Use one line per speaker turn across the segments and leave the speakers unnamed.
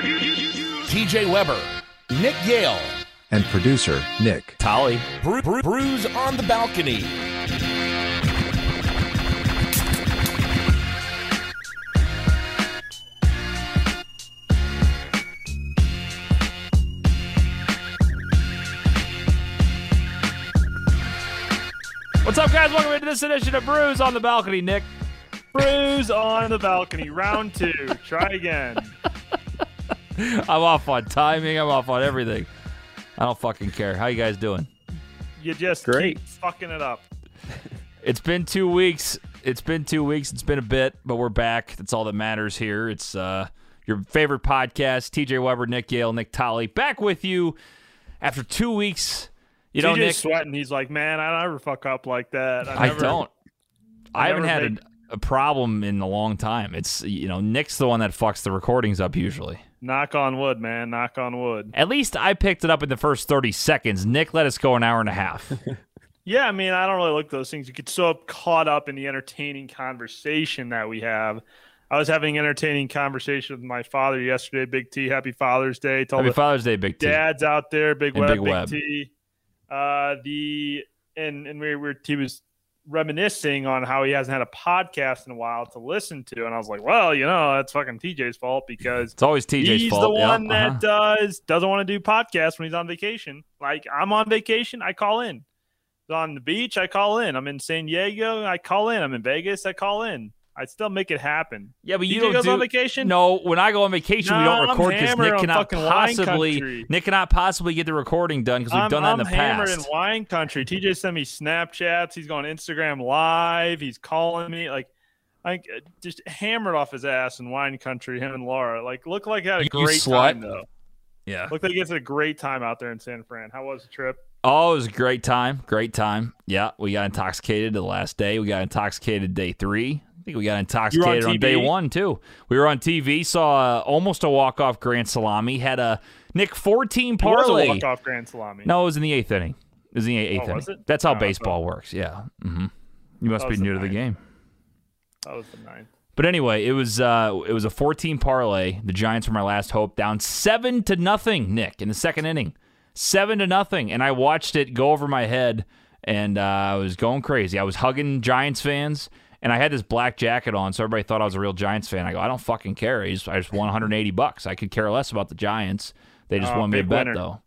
TJ Weber, Nick Yale,
and producer Nick
Tolly.
Bru- Bru- Brews on the Balcony.
What's up, guys? Welcome into this edition of Brews on the Balcony. Nick,
Bruise on the balcony, round two. Try again.
I'm off on timing. I'm off on everything. I don't fucking care. How you guys doing?
You just
Great.
keep fucking it up.
It's been two weeks. It's been two weeks. It's been a bit, but we're back. That's all that matters here. It's uh, your favorite podcast. TJ Weber, Nick Yale, Nick Tolley, back with you after two weeks. You know,
TJ's
Nick,
sweating. He's like, man, I never fuck up like that.
I
never-
don't. I,
I
haven't
never
had
make-
a, a problem in a long time. It's you know, Nick's the one that fucks the recordings up usually.
Knock on wood, man. Knock on wood.
At least I picked it up in the first thirty seconds. Nick let us go an hour and a half.
Yeah, I mean, I don't really look at those things. You get so caught up in the entertaining conversation that we have. I was having an entertaining conversation with my father yesterday. Big T, happy Father's Day. Told
Happy
the
Father's Day, Big T.
dads out there, Big
And
Web,
Big
Big,
Web.
T. Uh, the and and we were he was reminiscing on how he hasn't had a podcast in a while to listen to, and I was like, well, you know, that's fucking TJ's fault because
It's always TJ's
he's
fault.
the
yeah,
one
uh-huh.
that does doesn't want to do podcasts when he's on vacation. Like I'm on vacation, I call in. On the beach, I call in. I'm in San Diego, I call in. I'm in Vegas, I call in. I still make it happen.
Yeah, but you
TJ
don't
goes
do.
on vacation.
No, when I go on vacation, we
No,
don't
I'm
record because
hammered
Nick
on
cannot
fucking wine
possibly
country.
Nick cannot possibly get the recording done because we've
I'm,
done that
I'm
in the
hammered
past.
in wine country. TJ sent me Snapchats. He's going Instagram live. He's calling me like, like uh, just hammered off his ass in wine country. Him and Laura like look like they had a
You
great
slut.
time though.
yeah.
Look like they had a great time out there in San Fran. How was the trip?
Oh, it was a great time. Great time. Yeah, we got intoxicated the last day. We got intoxicated day three. I think we got intoxicated on, day
TV?
one too. We were on TV. Saw uh, almost a walk off grand salami. Had a Nick fourteen
It was a
parlay.
walk off grand salami.
No, it was in the eighth inning. It was in the eighth
Oh,
inning.
was it?
That's how
Oh, I
baseball works. Yeah. hmm You must
That
be
was the
new to the
ninth.
game.
that was the ninth.
But anyway, it was uh, it was a 14 parlay. The Giants were my last hope, down seven to nothing. Nick in the second inning, seven to nothing, and I watched it go over my head, and uh, I was going crazy. I was hugging Giants fans, and I had this black jacket on, so everybody thought I was a real Giants fan. I go, I don't fucking care. I just, I just won 180 bucks. I could care less about the Giants. They just
Oh,
won me a
big
bet
winner.
though.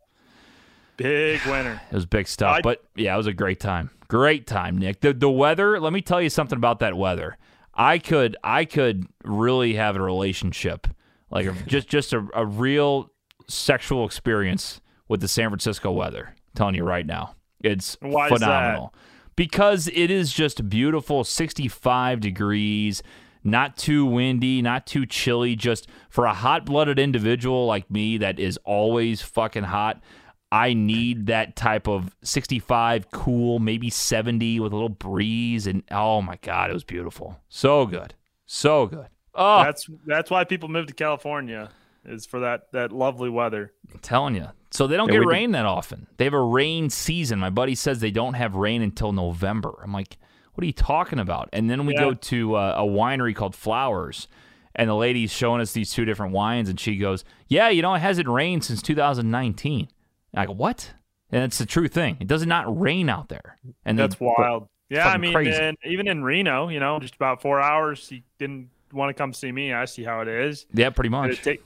Big winner.
It was big stuff.
I-
but yeah, it was a great time. Great time, Nick. The the weather, let me tell you something about that weather. I could I could really have a relationship. Like a- just just a, a real sexual experience with the San Francisco weather. I'm telling you right now. It's
Why is that?
phenomenal. Because it is just beautiful, 65 degrees, not too windy, not too chilly. Just for a hot blooded individual like me that is always fucking hot, I need that type of 65 cool, maybe 70 with a little breeze. And oh my God, it was beautiful. So good. So good. Oh,
That's that's why people move to California is for that that lovely weather.
I'm telling you. So they don't
Yeah,
get
we
rain that often. They have a rain season. My buddy says they don't have rain until November. I'm like, what are you talking about? And then we
Yeah.
go to uh, a winery called Flowers, and the lady's showing us these two different wines, and she goes, "Yeah, you know, it hasn't rained since 2019." And I go, "What?" And it's the true thing. It does not rain out there. And they-
That's wild. Yeah, I
fucking
mean,
crazy.
and even in Reno, you know, just about four hours. He didn't want to come see me. I see how it is.
Yeah, pretty
Could
much.
have, take,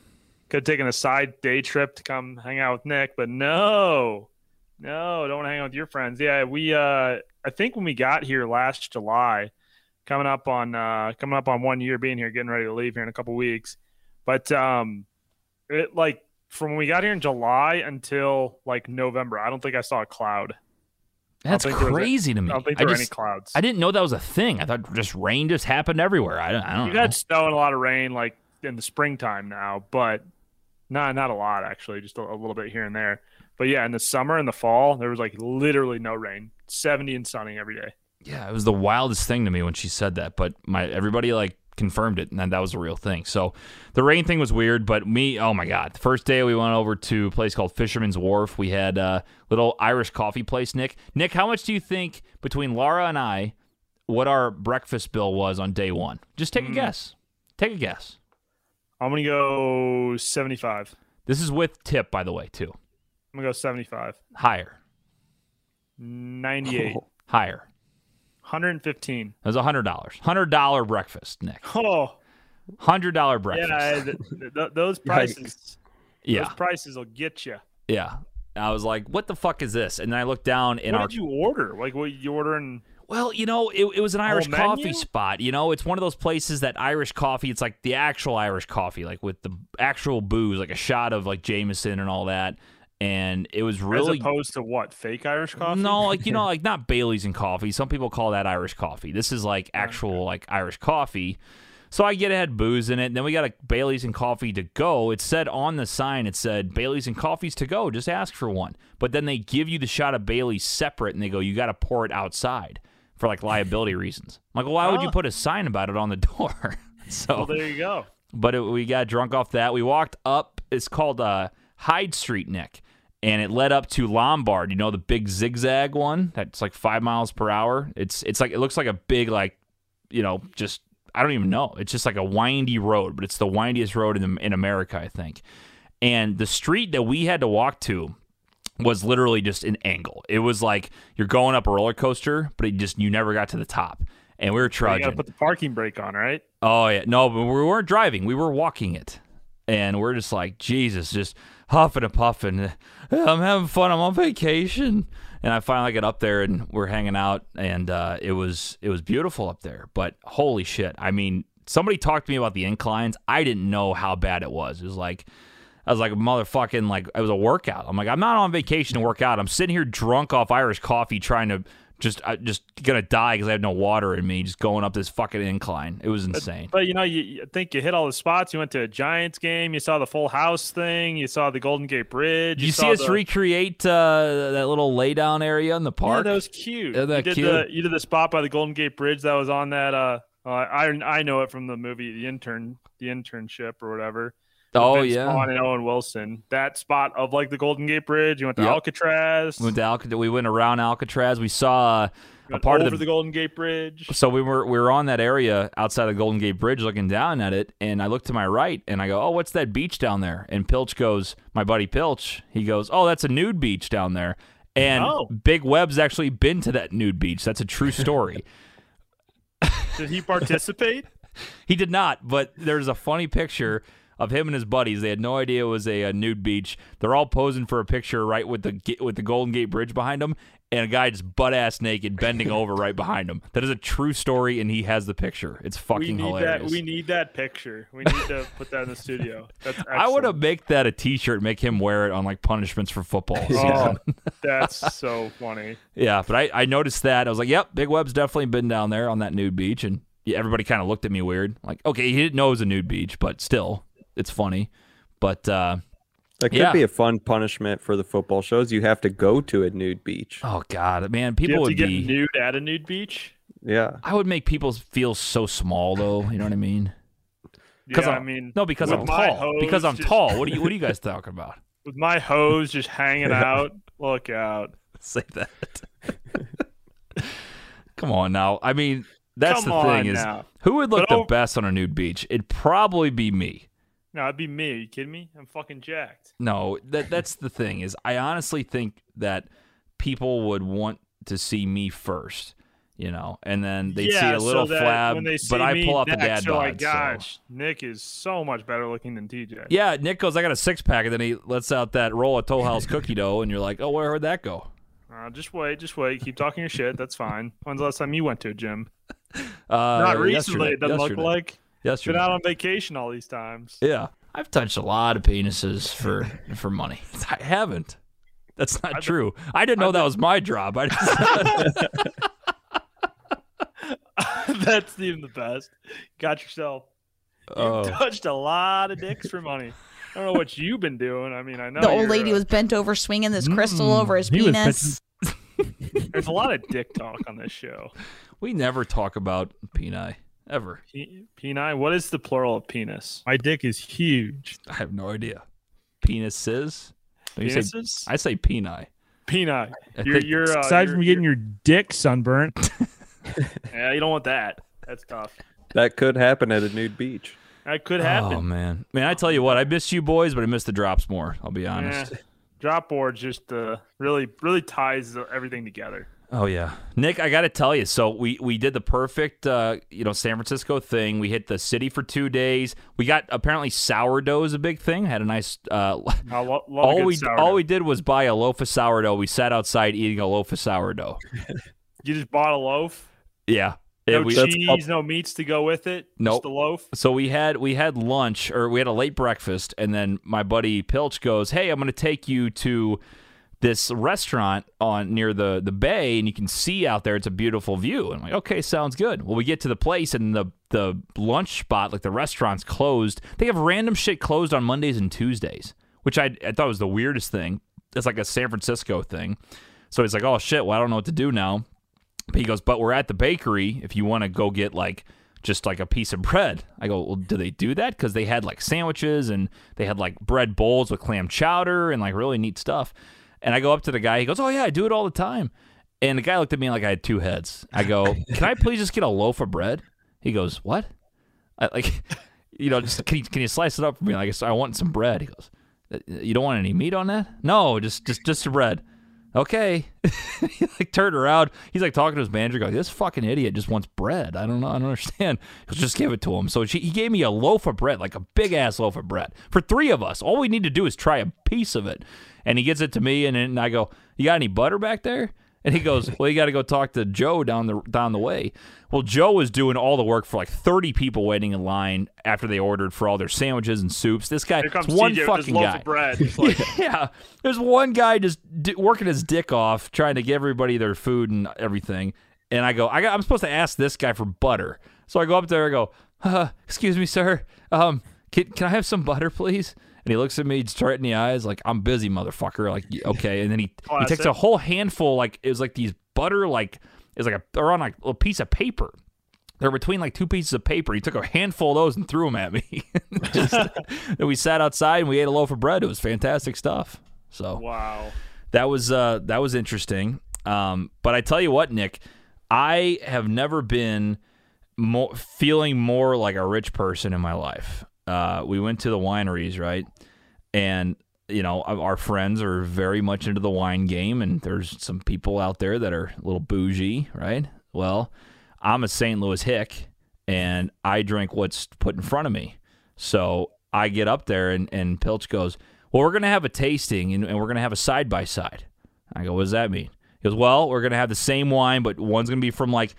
could have taken a side day trip to come hang out with Nick, but no, no, don't want to hang out with your friends. Yeah, we. uh I think when we got here last July, coming up on uh coming up on one year being here, getting ready to leave here in a couple weeks, but um, it like from when we got here in July until like November, I don't think I saw a cloud.
That's
think there was a-
crazy to
I
me.
don't think
I
there were any
just-
clouds.
I didn't know that was a thing. I thought just rain just happened everywhere. I don't, I don't
We've
know.
had snow and a lot of rain like in the springtime now, but not not a lot actually, just a, a little bit here and there. But yeah, in the summer and the fall, there was like literally no rain, seventy and sunny every day.
Yeah, it was the wildest thing to me when she said that, but my everybody like confirmed it, and that, that was a real thing. So the rain thing was weird, but me, oh my god, the first day we went over to a place called Fisherman's Wharf. We had a little Irish coffee place. Nick, Nick, how much do you think between Laura and I, what our breakfast bill was on day one? Just take a guess. Take a guess.
I'm gonna go 75.
This is with tip, by the way, too.
I'm gonna go 75,
Higher, Oh.
98,
higher.
115.
That was hundred dollars. Hundred dollar breakfast, Nick.
Oh,
Hundred dollar breakfast.
yeah, th- th- th- those prices,
yeah.
those prices will get you.
Yeah. I was like, what the fuck is this? And then I looked down and
What
our
did you order? Like, what you ordering?
well, you know, it, it was an Irish
menu?
coffee spot. You know, it's one of those places that Irish coffee, it's like the actual Irish coffee, like with the actual booze, like a shot of like Jameson and all that. And it was really
as opposed to what fake Irish coffee?
No, like you know, like not Bailey's and coffee. Some people call that Irish coffee. This is like actual like Irish coffee. So I get it had booze in it. And then we got a Bailey's and coffee to go. It said on the sign, it said Bailey's and coffees to go. Just ask for one. But then they give you the shot of Bailey's separate, and they go, you got to pour it outside for like liability reasons. I'm like, well, why would you
Oh.
put a sign about it on the door? so
Well, there you go.
but it, we got drunk off that. We walked up. It's called uh, Hyde Street, Nick, and it led up to Lombard. You know the big zigzag one that's like five miles per hour. It's it's like it looks like a big like you know just I don't even know. It's just like a windy road, but it's the windiest road in in America, I think. And the street that we had to walk to was literally just an angle. It was like you're going up a roller coaster, but it just you never got to the top. And we were
You
trudging.
gotta put the parking brake on, right?
Oh yeah, no, but we weren't driving. We were walking it, and we're just like Jesus, just huffing and puffing. Eh, I'm having fun. I'm on vacation, and I finally get up there, and we're hanging out, and uh, it was it was beautiful up there. But holy shit, I mean, somebody talked to me about the inclines. I didn't know how bad it was. It was like. I was like, motherfucking, like, it was a workout. I'm like, I'm not on vacation to work out. I'm sitting here drunk off Irish coffee, trying to just, I just gonna die because I have no water in me, just going up this fucking incline. It was insane.
But you know, you, you- I think you hit all the spots. You went to a Giants game. You saw the Full House thing. You saw the Golden Gate Bridge.
Did you, see
saw
us
the,
recreate uh, that little laydown area in the
Yeah,
park?
that was cute.
Isn't that
you did
cute?
the you did the spot by the Golden Gate Bridge that was on that. Uh, uh, I I know it from the movie The Intern, The Internship or whatever. with
oh
Vince
yeah,
Vaughn and Owen Wilson. That spot of like the Golden Gate Bridge. You went to
Yep.
Alcatraz.
we went to Alcatraz. We went around Alcatraz. We saw uh, a part
over
of the,
Golden Gate Bridge.
So we were we were on that area outside the Golden Gate Bridge, looking down at it, and I look to my right and I go, "Oh, what's that beach down there?" And Pilch goes, "My buddy Pilch." He goes, "Oh, that's a nude beach down there." And
Oh.
Big Web's actually been to that nude beach. That's a true story.
Did he participate?
he did not, but there's a funny picture of him and his buddies. They had no idea it was a, uh nude beach. They're all posing for a picture right with the ga- with the Golden Gate Bridge behind them, and a guy just butt ass naked bending over right behind him. That is a true story, and he has the picture. It's
we
fucking
need
hilarious.
that. We need that picture. We need to put that in the studio. That's
I would have
excellent.
make that a T-shirt, make him wear it on like punishments for football.
Oh,
yeah.
that's so funny.
yeah, but I, I noticed that I was like, "Yep, Big Web's definitely been down there on that nude beach," and yeah, everybody kind of looked at me weird. Like, okay, he didn't know it was a nude beach, but still, it's funny. But uh,
That could
Yeah.
be a fun punishment for the football shows. You have to go to a nude beach.
oh god, man,
Do you
people
have to
would
get
be.
nude at a nude beach?
Yeah.
I would make people feel so small though. You know what I mean?
Yeah,
I'm-
I mean,
No, because
with
I'm
my
tall.
hose
because I'm
just-
tall. What are you What are you guys talking about?
With my hose just hanging out, look out.
Say that. Come on now. I mean, that's
Come
the thing
on
is
now.
who would look
But oh
the
I'll-
best on a nude beach? It'd probably be me.
No, it'd be me. Are you kidding me? I'm fucking jacked.
No, that that's the thing is I honestly think that people would want to see me first, you know, and then they see
Yeah,
a little
so that
flab,
when they see
but I
me
pull out the
next, oh,
dad
they're like,
bod, so-
gosh, Nick is so much better looking than TJ.
Yeah, Nick goes, I got a six pack, and then he lets out that roll of Toll House cookie dough, and you're like, oh, where would that go?
Uh, just wait, just wait. Keep talking your shit. That's fine. When's the last time you went to a gym?
Uh,
Not recently.
yesterday-
It doesn't
yesterday-
look like. Been
yesterday.
out on vacation all these times.
Yeah. I've touched a lot of penises for for money. I haven't. That's not true. I didn't know that was my job. I just,
That's even the best. Got yourself.
Oh.
You've touched a lot of dicks for money. I don't know what you've been doing. I mean, I know
the old
you're,
lady
uh,
was bent over swinging this crystal over his
he was
penis.
There's a lot of dick talk on this show.
we never talk about peni ever.
Pe- Peni. What is the plural of penis? My dick is huge.
I have no idea. Penises. Don't you say,
Penises.
I say peni.
Peni.
I
You're,
think-
you're uh,
Aside
you're-
from getting your dick sunburnt,
you're- yeah, you don't want that. That's tough.
That could happen at a nude beach.
That could happen.
Oh man, man! I tell you what, I miss you boys, but I miss the drops more. I'll be honest.
Yeah. Drop boards just uh, really really ties the- everything together.
Oh yeah, Nick, I got to tell you. So we we did the perfect, uh, you know, San Francisco thing. We hit the city for two days. We got apparently sourdough is a big thing. Had a nice. Uh,
I lo- love a
all
good
we
sourdough.
all we did was buy a loaf of sourdough. We sat outside eating a loaf of sourdough.
you just bought a loaf,
Yeah.
no
And we-
cheese, no meats to go with it.
Nope.
Just the loaf.
so we had we had lunch or we had a late breakfast and then my buddy Pilch goes, "Hey, I'm going to take you to this restaurant on near the the bay and you can see out there it's a beautiful view." And I'm like, "Okay, sounds good." Well, we get to the place and the the lunch spot, like the restaurant's closed. They have random shit closed on Mondays and Tuesdays, which I I thought was the weirdest thing. It's like a San Francisco thing. So he's like, "Oh shit, well I don't know what to do now." But he goes, but we're at the bakery if you want to go get like just like a piece of bread. I go, well, do they do that? Because they had like sandwiches and they had like bread bowls with clam chowder and like really neat stuff. And I go up to the guy. He goes, oh yeah, I do it all the time. And the guy looked at me like I had two heads. I go, can I please just get a loaf of bread? He goes, what? I, like, you know, just can you, can you slice it up for me? Like, I s- I want some bread. He goes, you don't want any meat on that? No, just just just the bread. Okay. he like turned around. He's like talking to his manager, going, "This fucking idiot just wants bread. I don't know. I don't understand." He goes, just give it to him. So she, he gave me a loaf of bread, like a big ass loaf of bread for three of us. All we need to do is try a piece of it, and he gets it to me, and then I go, "You got any butter back there?" And he goes, "Well, you got to go talk to Joe down the down the way." Well, Joe was doing all the work for like 30 people waiting in line after they ordered for all their sandwiches and soups. This guy,
Here comes
it's one
CJ with his
fucking
loaf
guy.
of bread. It's like,
yeah, there's one guy just d- working his dick off, trying to get everybody their food and everything. And I go, I got, I'm supposed to ask this guy for butter. So I go up there and go, uh, excuse me, sir. Um, can, can I have some butter, please? And he looks at me straight in the eyes, like I'm busy, motherfucker. Like "Y- okay. And then he he takes a
Classic.
whole handful, like it was like these butter, like it was like a they're on like a piece of paper. They're between like two pieces of paper. He took a handful of those and threw them at me. Just, and we sat outside and we ate a loaf of bread. It was fantastic stuff. So
wow.
that was uh, that was interesting. Um, but I tell you what, Nick, I have never been more, feeling more like a rich person in my life. Uh, we went to the wineries, right? And you know, our our friends are very much into the wine game, and there's some people out there that are a little bougie, right? Well, I'm a St. Louis hick, and I drink what's put in front of me. So I get up there, and, and Pilch goes, Well, we're going to have a tasting and, and we're going to have a side by side. I go, What does that mean? He goes, Well, we're going to have the same wine, but one's going to be from like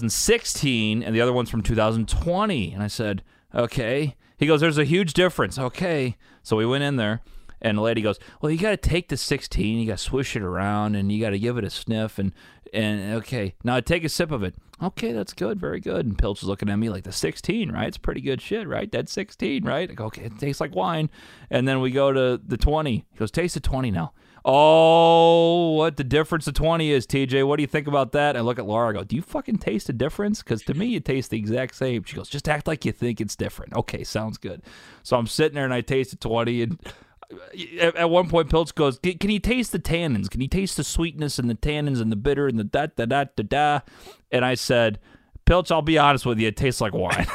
2016 and the other one's from 2020. And I said, Okay. He goes, There's a huge difference. Okay. So we went in there. And the lady goes, "Well, you got to take the 16, you got to swish it around, and you got to give it a sniff, and and okay, now take a sip of it. Okay, that's good, very good." And Pilch is looking at me like the 16, right? It's pretty good shit, right? That's 16, right? I go, okay, it tastes like wine. And then we go to the 20. He goes, "Taste the 20 now." Oh, what the difference the 20 is, TJ. What do you think about that? I look at Laura, I go, Do you fucking taste the difference? Because to me, it tastes the exact same. She goes, Just act like you think it's different. Okay, sounds good. So I'm sitting there and I taste the 20, and at, at one point, Pilch goes, "Can can you taste the tannins? Can you taste the sweetness and the tannins and the bitter and the da da da da da?" And I said, "Pilch, I'll be honest with you, it tastes like wine."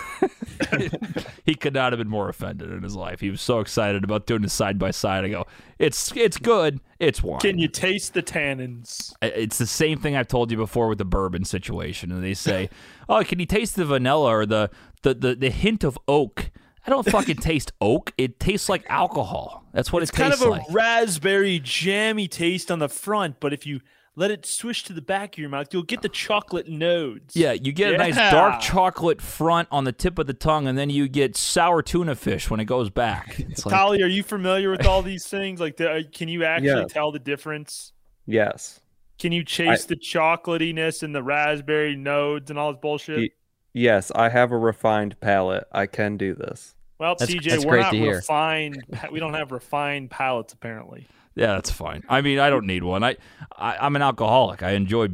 he could not have been more offended in his life. He was so excited about doing this side by side. I go, "It's it's good. It's wine."
Can you taste the tannins?
I- it's the same thing I've told you before with the bourbon situation. And they say, "Oh, can you taste the vanilla or the the the, the hint of oak?" I don't fucking taste oak. It tastes like alcohol. That's what
it's
it
kind
tastes
of a
like.
raspberry jammy taste on the front, but if you let it swish to the back of your mouth, you'll get the chocolate nodes.
Yeah, you get a nice
Yeah.
dark chocolate front on the tip of the tongue, and then you get sour tuna fish when it goes back. It's like,
Kyle-
Ollie, are you familiar with all these things? Like, the, uh, can you actually
Yeah.
tell the difference?
Yes.
Can you chase the chocolatiness and the raspberry nodes and all this bullshit?
Ye- Yes, I have a refined palate. I can do this.
well,
That's-
CJ,
that's
we're
great
not
to hear.
refined. pa- We don't have refined palates, apparently.
yeah, that's fine. I mean, I don't need one. I, I I'm an alcoholic. I enjoy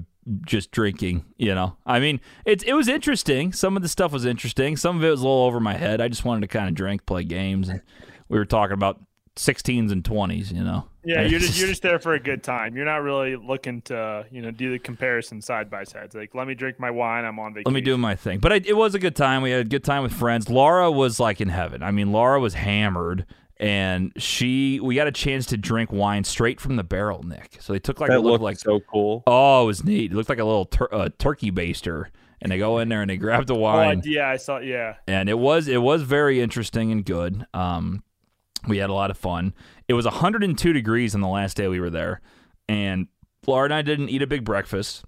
just drinking. You know, I mean, it's it was interesting. Some of the stuff was interesting. Some of it was a little over my head. I just wanted to kind of drink, play games, and we were talking about 16s and 20s. You know,
Yeah, you're just you're just there for a good time. You're not really looking to you know do the comparison side by sides. Like, let me drink my wine. I'm on vacation.
Let me do my thing. But I, it was a good time. We had a good time with friends. Laura was like in heaven. I mean, Laura was hammered, and she we got a chance to drink wine straight from the barrel, Nick. So they took like a
That
little
looked
like
so cool.
oh, it was neat. It looked like a little tur- uh, turkey baster, and they go in there and they grab the
Oh,
wine,
I- yeah, I saw. Yeah,
and it was it was very interesting and good. Um, we had a lot of fun. It was 102 degrees on the last day we were there, and Laura and I didn't eat a big breakfast.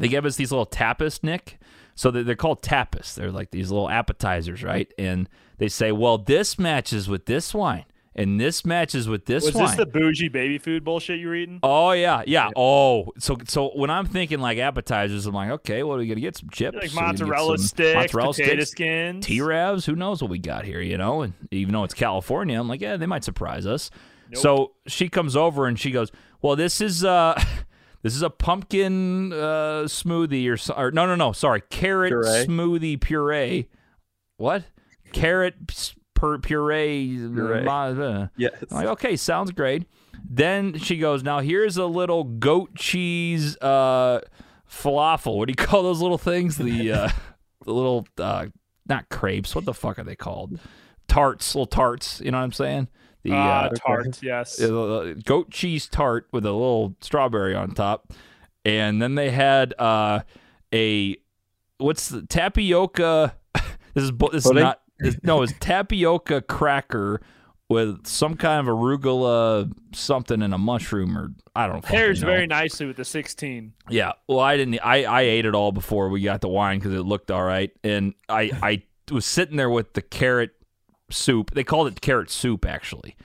They gave us these little tapas, Nick. So they- they're called tapas. They're like these little appetizers, right? And they say, well, this matches with this wine, and this matches with this
was
wine.
this the bougie baby food bullshit you were eating?
Oh yeah, yeah. Oh, so so when I'm thinking like appetizers, I'm like, okay, what are we gonna get? Some chips,
Like
Are we gonna get
mozzarella
some
sticks,
mozzarella
potato
sticks,
skins.
T-Ravs. Who knows what we got here? You know, and even though it's California, I'm like, yeah, they might surprise us. So she comes over and she goes, well, this is uh, this is a pumpkin uh, smoothie or, so- or no, no, no, sorry, carrot
Puree.
smoothie puree. What? Carrot s- pur- puree. uh,
Puree.
blah, blah.
Yes.
I'm like, okay, sounds great. Then she goes, now here's a little goat cheese uh, falafel. What do you call those little things? The uh, the little uh, not crepes. What the fuck are they called? Tarts, little tarts. You know what I'm saying? The
Ah,
uh,
tart. Yes.
uh, goat cheese tart with a little strawberry on top, and then they had uh, a what's the tapioca? This is bu- this is
Pudding?
not this, no, it's tapioca cracker with some kind of arugula something and a mushroom or I don't fucking know.
Pairs very nicely with the 16.
Yeah. Well, I didn't. I, I ate it all before we got the wine because it looked all right, and I I was sitting there with the carrot soup. They called it carrot soup actually,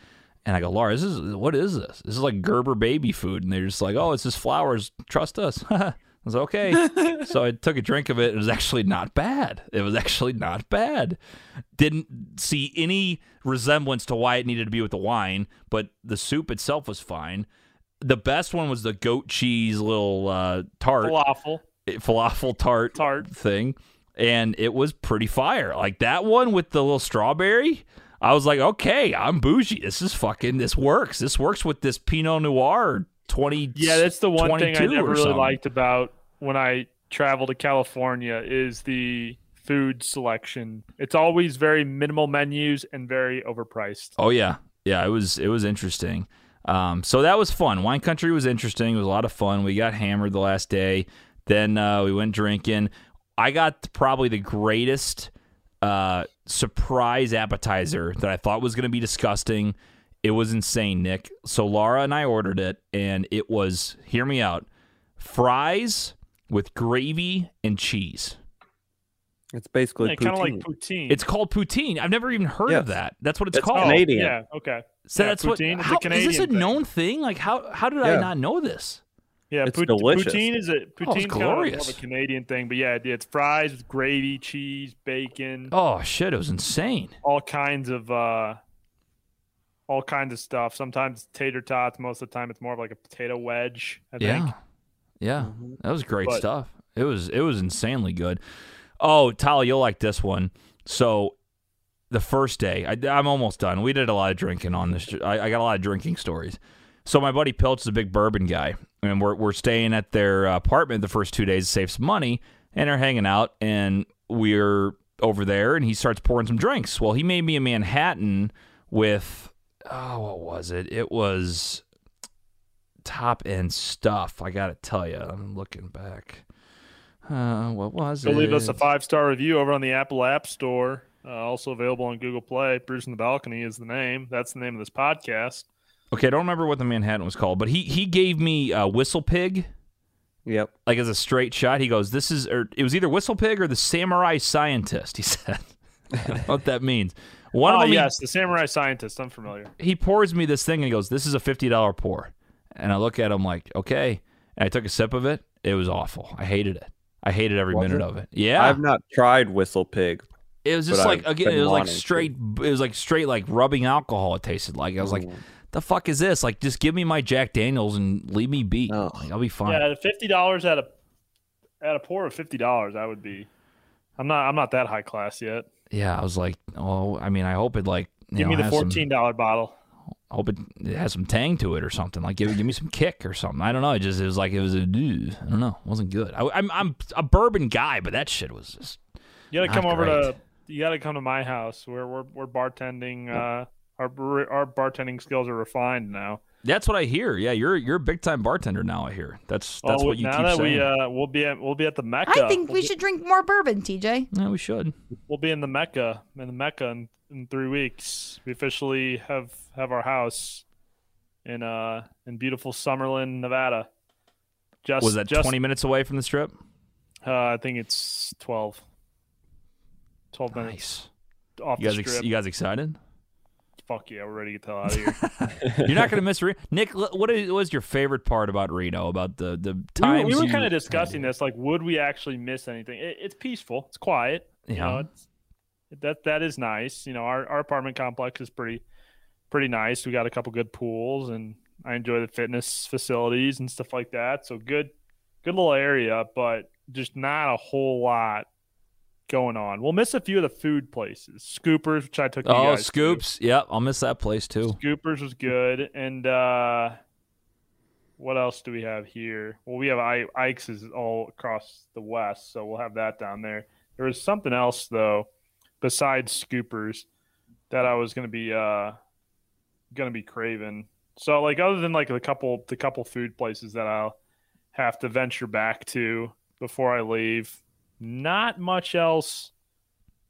and I go, Laura, this is what is this? This is like Gerber baby food, and they're just like, oh, it's just flowers. Trust us. I was okay. so I took a drink of it. and It was actually not bad. It was actually not bad. Didn't see any resemblance to why it needed to be with the wine, but the soup itself was fine. The best one was the goat cheese little uh, tart
Falafel.
falafel tart
Tart.
thing, and it was pretty fire. Like that one with the little strawberry. I was like, okay, I'm bougie. This is fucking. This works. This works with this Pinot Noir twenty.
Yeah, that's the one thing I
22
never
or
really
something.
liked about when I travel to California is the food selection. It's always very minimal menus and very overpriced.
Oh yeah, yeah. It was it was interesting. Um, so that was fun. Wine Country was interesting. It was a lot of fun. We got hammered the last day. Then uh, we went drinking. I got probably the greatest uh, surprise appetizer that I thought was going to be disgusting. It was insane, Nick. So Laura and I ordered it, and it was hear me out fries with gravy and cheese.
It's basically
Yeah, kind
poutine.
of like poutine. Oh,
It's called poutine. I've never even heard of
Yes.
that. That's what it's
It's
called.
Canadian.
Yeah, okay.
So
Yeah,
that's
poutine
what.
is
How,
a
is this
Canadian
a
thing.
known thing? Like how how did I
Yeah.
not know this?
Yeah,
It's
pout-
delicious.
poutine is a poutine
Oh, glorious.
of a Canadian thing, but yeah, it's fries with gravy, cheese, bacon,
Oh shit! It was insane.
all kinds of uh all kinds of stuff. Sometimes tater tots, most of the time it's more of like a potato wedge, I
yeah,
think.
yeah, that was great
But-
stuff. It was it was insanely good. Oh, Tyler, you'll like this one. So, the first day, I, I'm almost done. We did a lot of drinking on this. I, I got a lot of drinking stories. So my buddy Pilch is a big bourbon guy, and we're we're staying at their uh, apartment the first two days to save some money, and they're hanging out, and we're over there, and he starts pouring some drinks. Well, he made me a Manhattan with oh, what was it? It was top end stuff. I gotta tell you, I'm looking back. Uh, what was
So
it?
leave us a five star review over on the Apple App Store. Uh, also available on Google Play. Bruce in the Balcony is the name. That's the name of this podcast.
okay, I don't remember what the Manhattan was called, but he he gave me uh, Whistle Pig.
Yep.
like as a straight shot. He goes, "This is," or it was either Whistle Pig or the Samurai Scientist. He said, I don't know "What that means?" One
oh,
of them, he-
yes, the Samurai Scientist. I'm familiar.
he, pours me this thing and he goes, "This is a fifty dollar pour," and I look at him like, "Okay." And I took a sip of it. It was awful. I hated it. I hated every minute of it. Yeah,
I've not tried Whistle Pig.
it was just
But
like
I've
again, it
been
was like
wanting to.
straight. It was like straight like rubbing alcohol. It tasted like I was
Mm.
like, "The fuck is this?" Like, just give me my Jack Daniels and leave me be.
Ugh.
Like, I'll be fine.
Yeah, the fifty dollars at a at a pour of fifty dollars, I would be. I'm not. I'm not that high class yet.
Yeah, I was like, "Oh, I mean, I hope it like." you
Give
know,
me the
has some-
fourteen dollar bottle.
I hope it, Oh, it has some tang to it or something. Like give, give me some kick or something. I don't know. It just it was like it was a dude. I don't know. It wasn't good. I, am I'm a bourbon guy, but that shit was just
You gotta
Not
come over
great.
to. You gotta come to my house where we're we're bartending. Uh, our bre- our bartending skills are refined now.
That's what I hear. Yeah, you're you're a big time bartender now. I hear. That's that's
Oh,
what you
now
keep
that
saying.
we uh, we'll be at we'll be at the Mecca.
I think
we'll
we
be,
should drink more bourbon, TJ.
yeah, we should.
We'll be in the Mecca in the Mecca in, in three weeks. We officially have have our house in uh in beautiful Summerlin, Nevada. Just
Was that
just,
20 minutes away from the strip?
Uh, I think it's twelve. Twelve minutes
Nice.
off
You guys,
the
ex-
strip.
you guys excited?
Fuck yeah, we're ready to get the hell out of here.
You're not going to miss Reno. Nick, l- what is, was your favorite part about Reno? About the the
We were-
times
we were,
you-
kind of discussing this like would we actually miss anything it, it's peaceful it's quiet you
Yeah.
know it's, that that is nice you know our, our apartment complex is pretty pretty nice we got a couple good pools and i enjoy the fitness facilities and stuff like that so good good little area but just not a whole lot going on we'll miss a few of the food places scoopers which i took you
Oh,
guys to.
Scoops. Yep, I'll miss that place too.
Scoopers was good, and uh, what else do we have here? Well, we have I- Ike's is all across the west, so we'll have that down there. There was something else though, besides Scoopers, that I was gonna be uh, gonna be craving. So like, other than like the couple the couple food places that I'll have to venture back to before I leave, not much else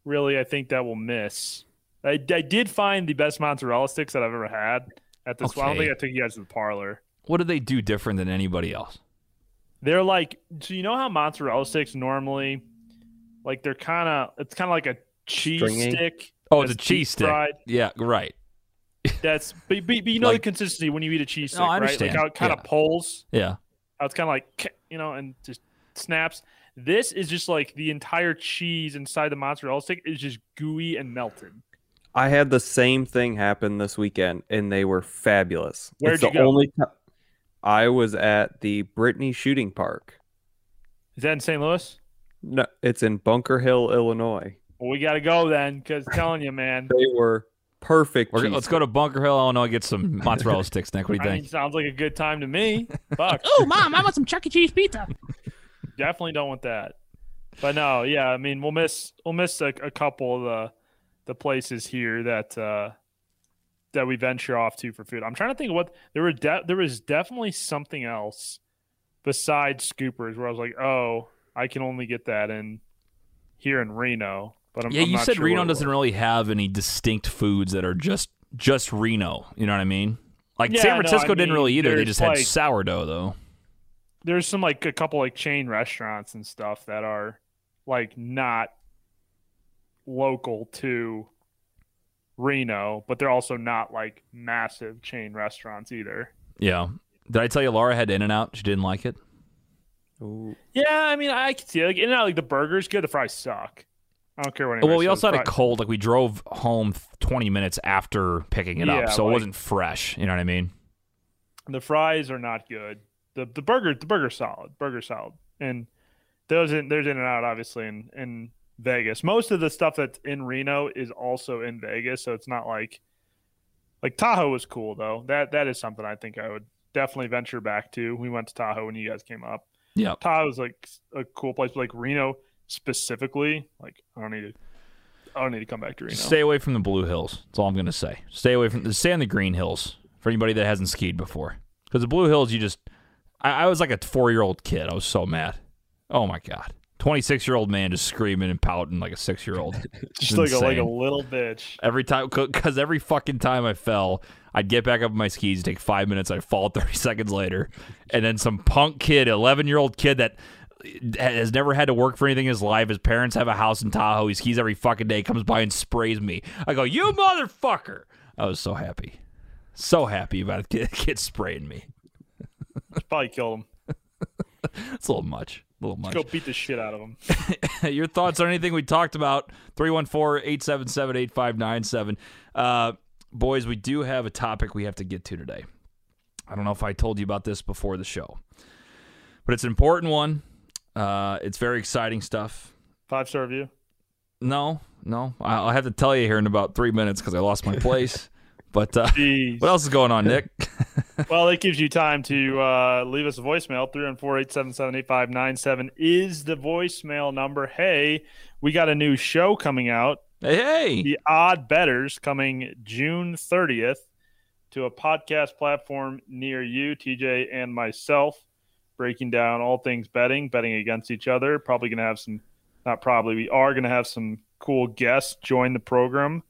really. I think that will miss. I, I did find the best mozzarella sticks that I've ever had at this. I don't
Okay.
think I took you guys to the parlor.
What do they do different than anybody else?
They're like, so you know how mozzarella sticks normally, like they're kind of, it's kind of like a cheese
Stringy.
stick.
Oh, it's a
that's deep
cheese stick.
fried.
Yeah, right.
That's, but, but, but you know
Like-
the consistency when you eat a cheese stick,
No, I
right? Like
understand.
how it kind of
Yeah.
pulls.
Yeah.
How it's kind of like, you know, and just snaps. This is just like the entire cheese inside the mozzarella stick is just gooey and melted.
I had the same thing happen this weekend, and they were fabulous. It's
Where'd you
the
go?
Only ti- I was at the Brittany Shooting Park.
Is that in St. Louis?
No, it's in Bunker Hill, Illinois.
Well, we got to go then because telling you, man.
They were perfect.
We're,
cheese
let's go to Bunker Hill, Illinois, get some mozzarella sticks, Nick. What do you
I mean,
think?
sounds like a good time to me. Fuck,
Oh, mom, I want some Chuck E. Cheese pizza.
definitely don't want that. But no, yeah, I mean, we'll miss we'll miss a, a couple of the the places here that uh that we venture off to for food. I'm trying to think of what there were. De- there was definitely something else besides Scoopers where I was like, oh, I can only get that in here in Reno. But I'm,
yeah,
I'm
you
not
said
sure
Reno
what it
doesn't
was.
really have any distinct foods that are just just Reno. You know what I mean? Like
Yeah,
San
no, I
Francisco didn't
mean,
really either. They
there's
just had
like-
sourdough though.
there's some like a couple like chain restaurants and stuff that are like not local to Reno, but they're also not like massive chain restaurants either.
Yeah. Did I tell you Laura had In and Out? She didn't like it.
Ooh.
Yeah, I mean, I can see it. like in and out like the burgers good, the fries suck. I don't care what. anybody
well, we
says,
also had a
fries-
cold. Like we drove home 20 minutes after picking it
Yeah,
up, so it
like-
wasn't fresh. You know what I mean?
the fries are not good. the The burger the burger solid, burger solid, and those in, there's in and out obviously in in Vegas. Most of the stuff that's in Reno is also in Vegas, so it's not like like Tahoe was cool though. That that is something I think I would definitely venture back to. We went to Tahoe when you guys came up.
Yeah.
Tahoe is like a cool place, but like Reno specifically, like I don't need to. I don't need to come back to Reno.
Stay away from the Blue Hills. That's all I'm gonna say. Stay away from stay on the Green Hills for anybody that hasn't skied before. Because the Blue Hills, you just I, I was like a four year old kid. I was so mad. Oh my god. 26 year old man just screaming and pouting like a six year old.
Just like a, like a little bitch.
Every time, because every fucking time I fell, I'd get back up on my skis, take five minutes, I'd fall 30 seconds later. And then some punk kid, 11 year old kid that has never had to work for anything in his life, his parents have a house in Tahoe, he skis every fucking day, comes by and sprays me. I go, You motherfucker! I was so happy. So happy about a kid, kid spraying me.
Probably killed him.
It's a little much. A little much.
Go beat the shit out of him.
your thoughts on anything we talked about 314-877-8597 uh, boys we do have a topic we have to get to today i don't know if i told you about this before the show but it's an important one uh, it's very exciting stuff
Five star review.
no no I- i'll have to tell you here in about three minutes because i lost my place But uh,
Jeez.
what else is going on, Nick?
Well, that gives you time to uh, leave us a voicemail. 304 877 8597 is the voicemail number. Hey, we got a new show coming out,
hey, hey.
The Odd Betters, coming June 30th to a podcast platform near you, TJ, and myself, breaking down all things betting, betting against each other. Probably going to have some, not probably, we are going to have some cool guests join the program.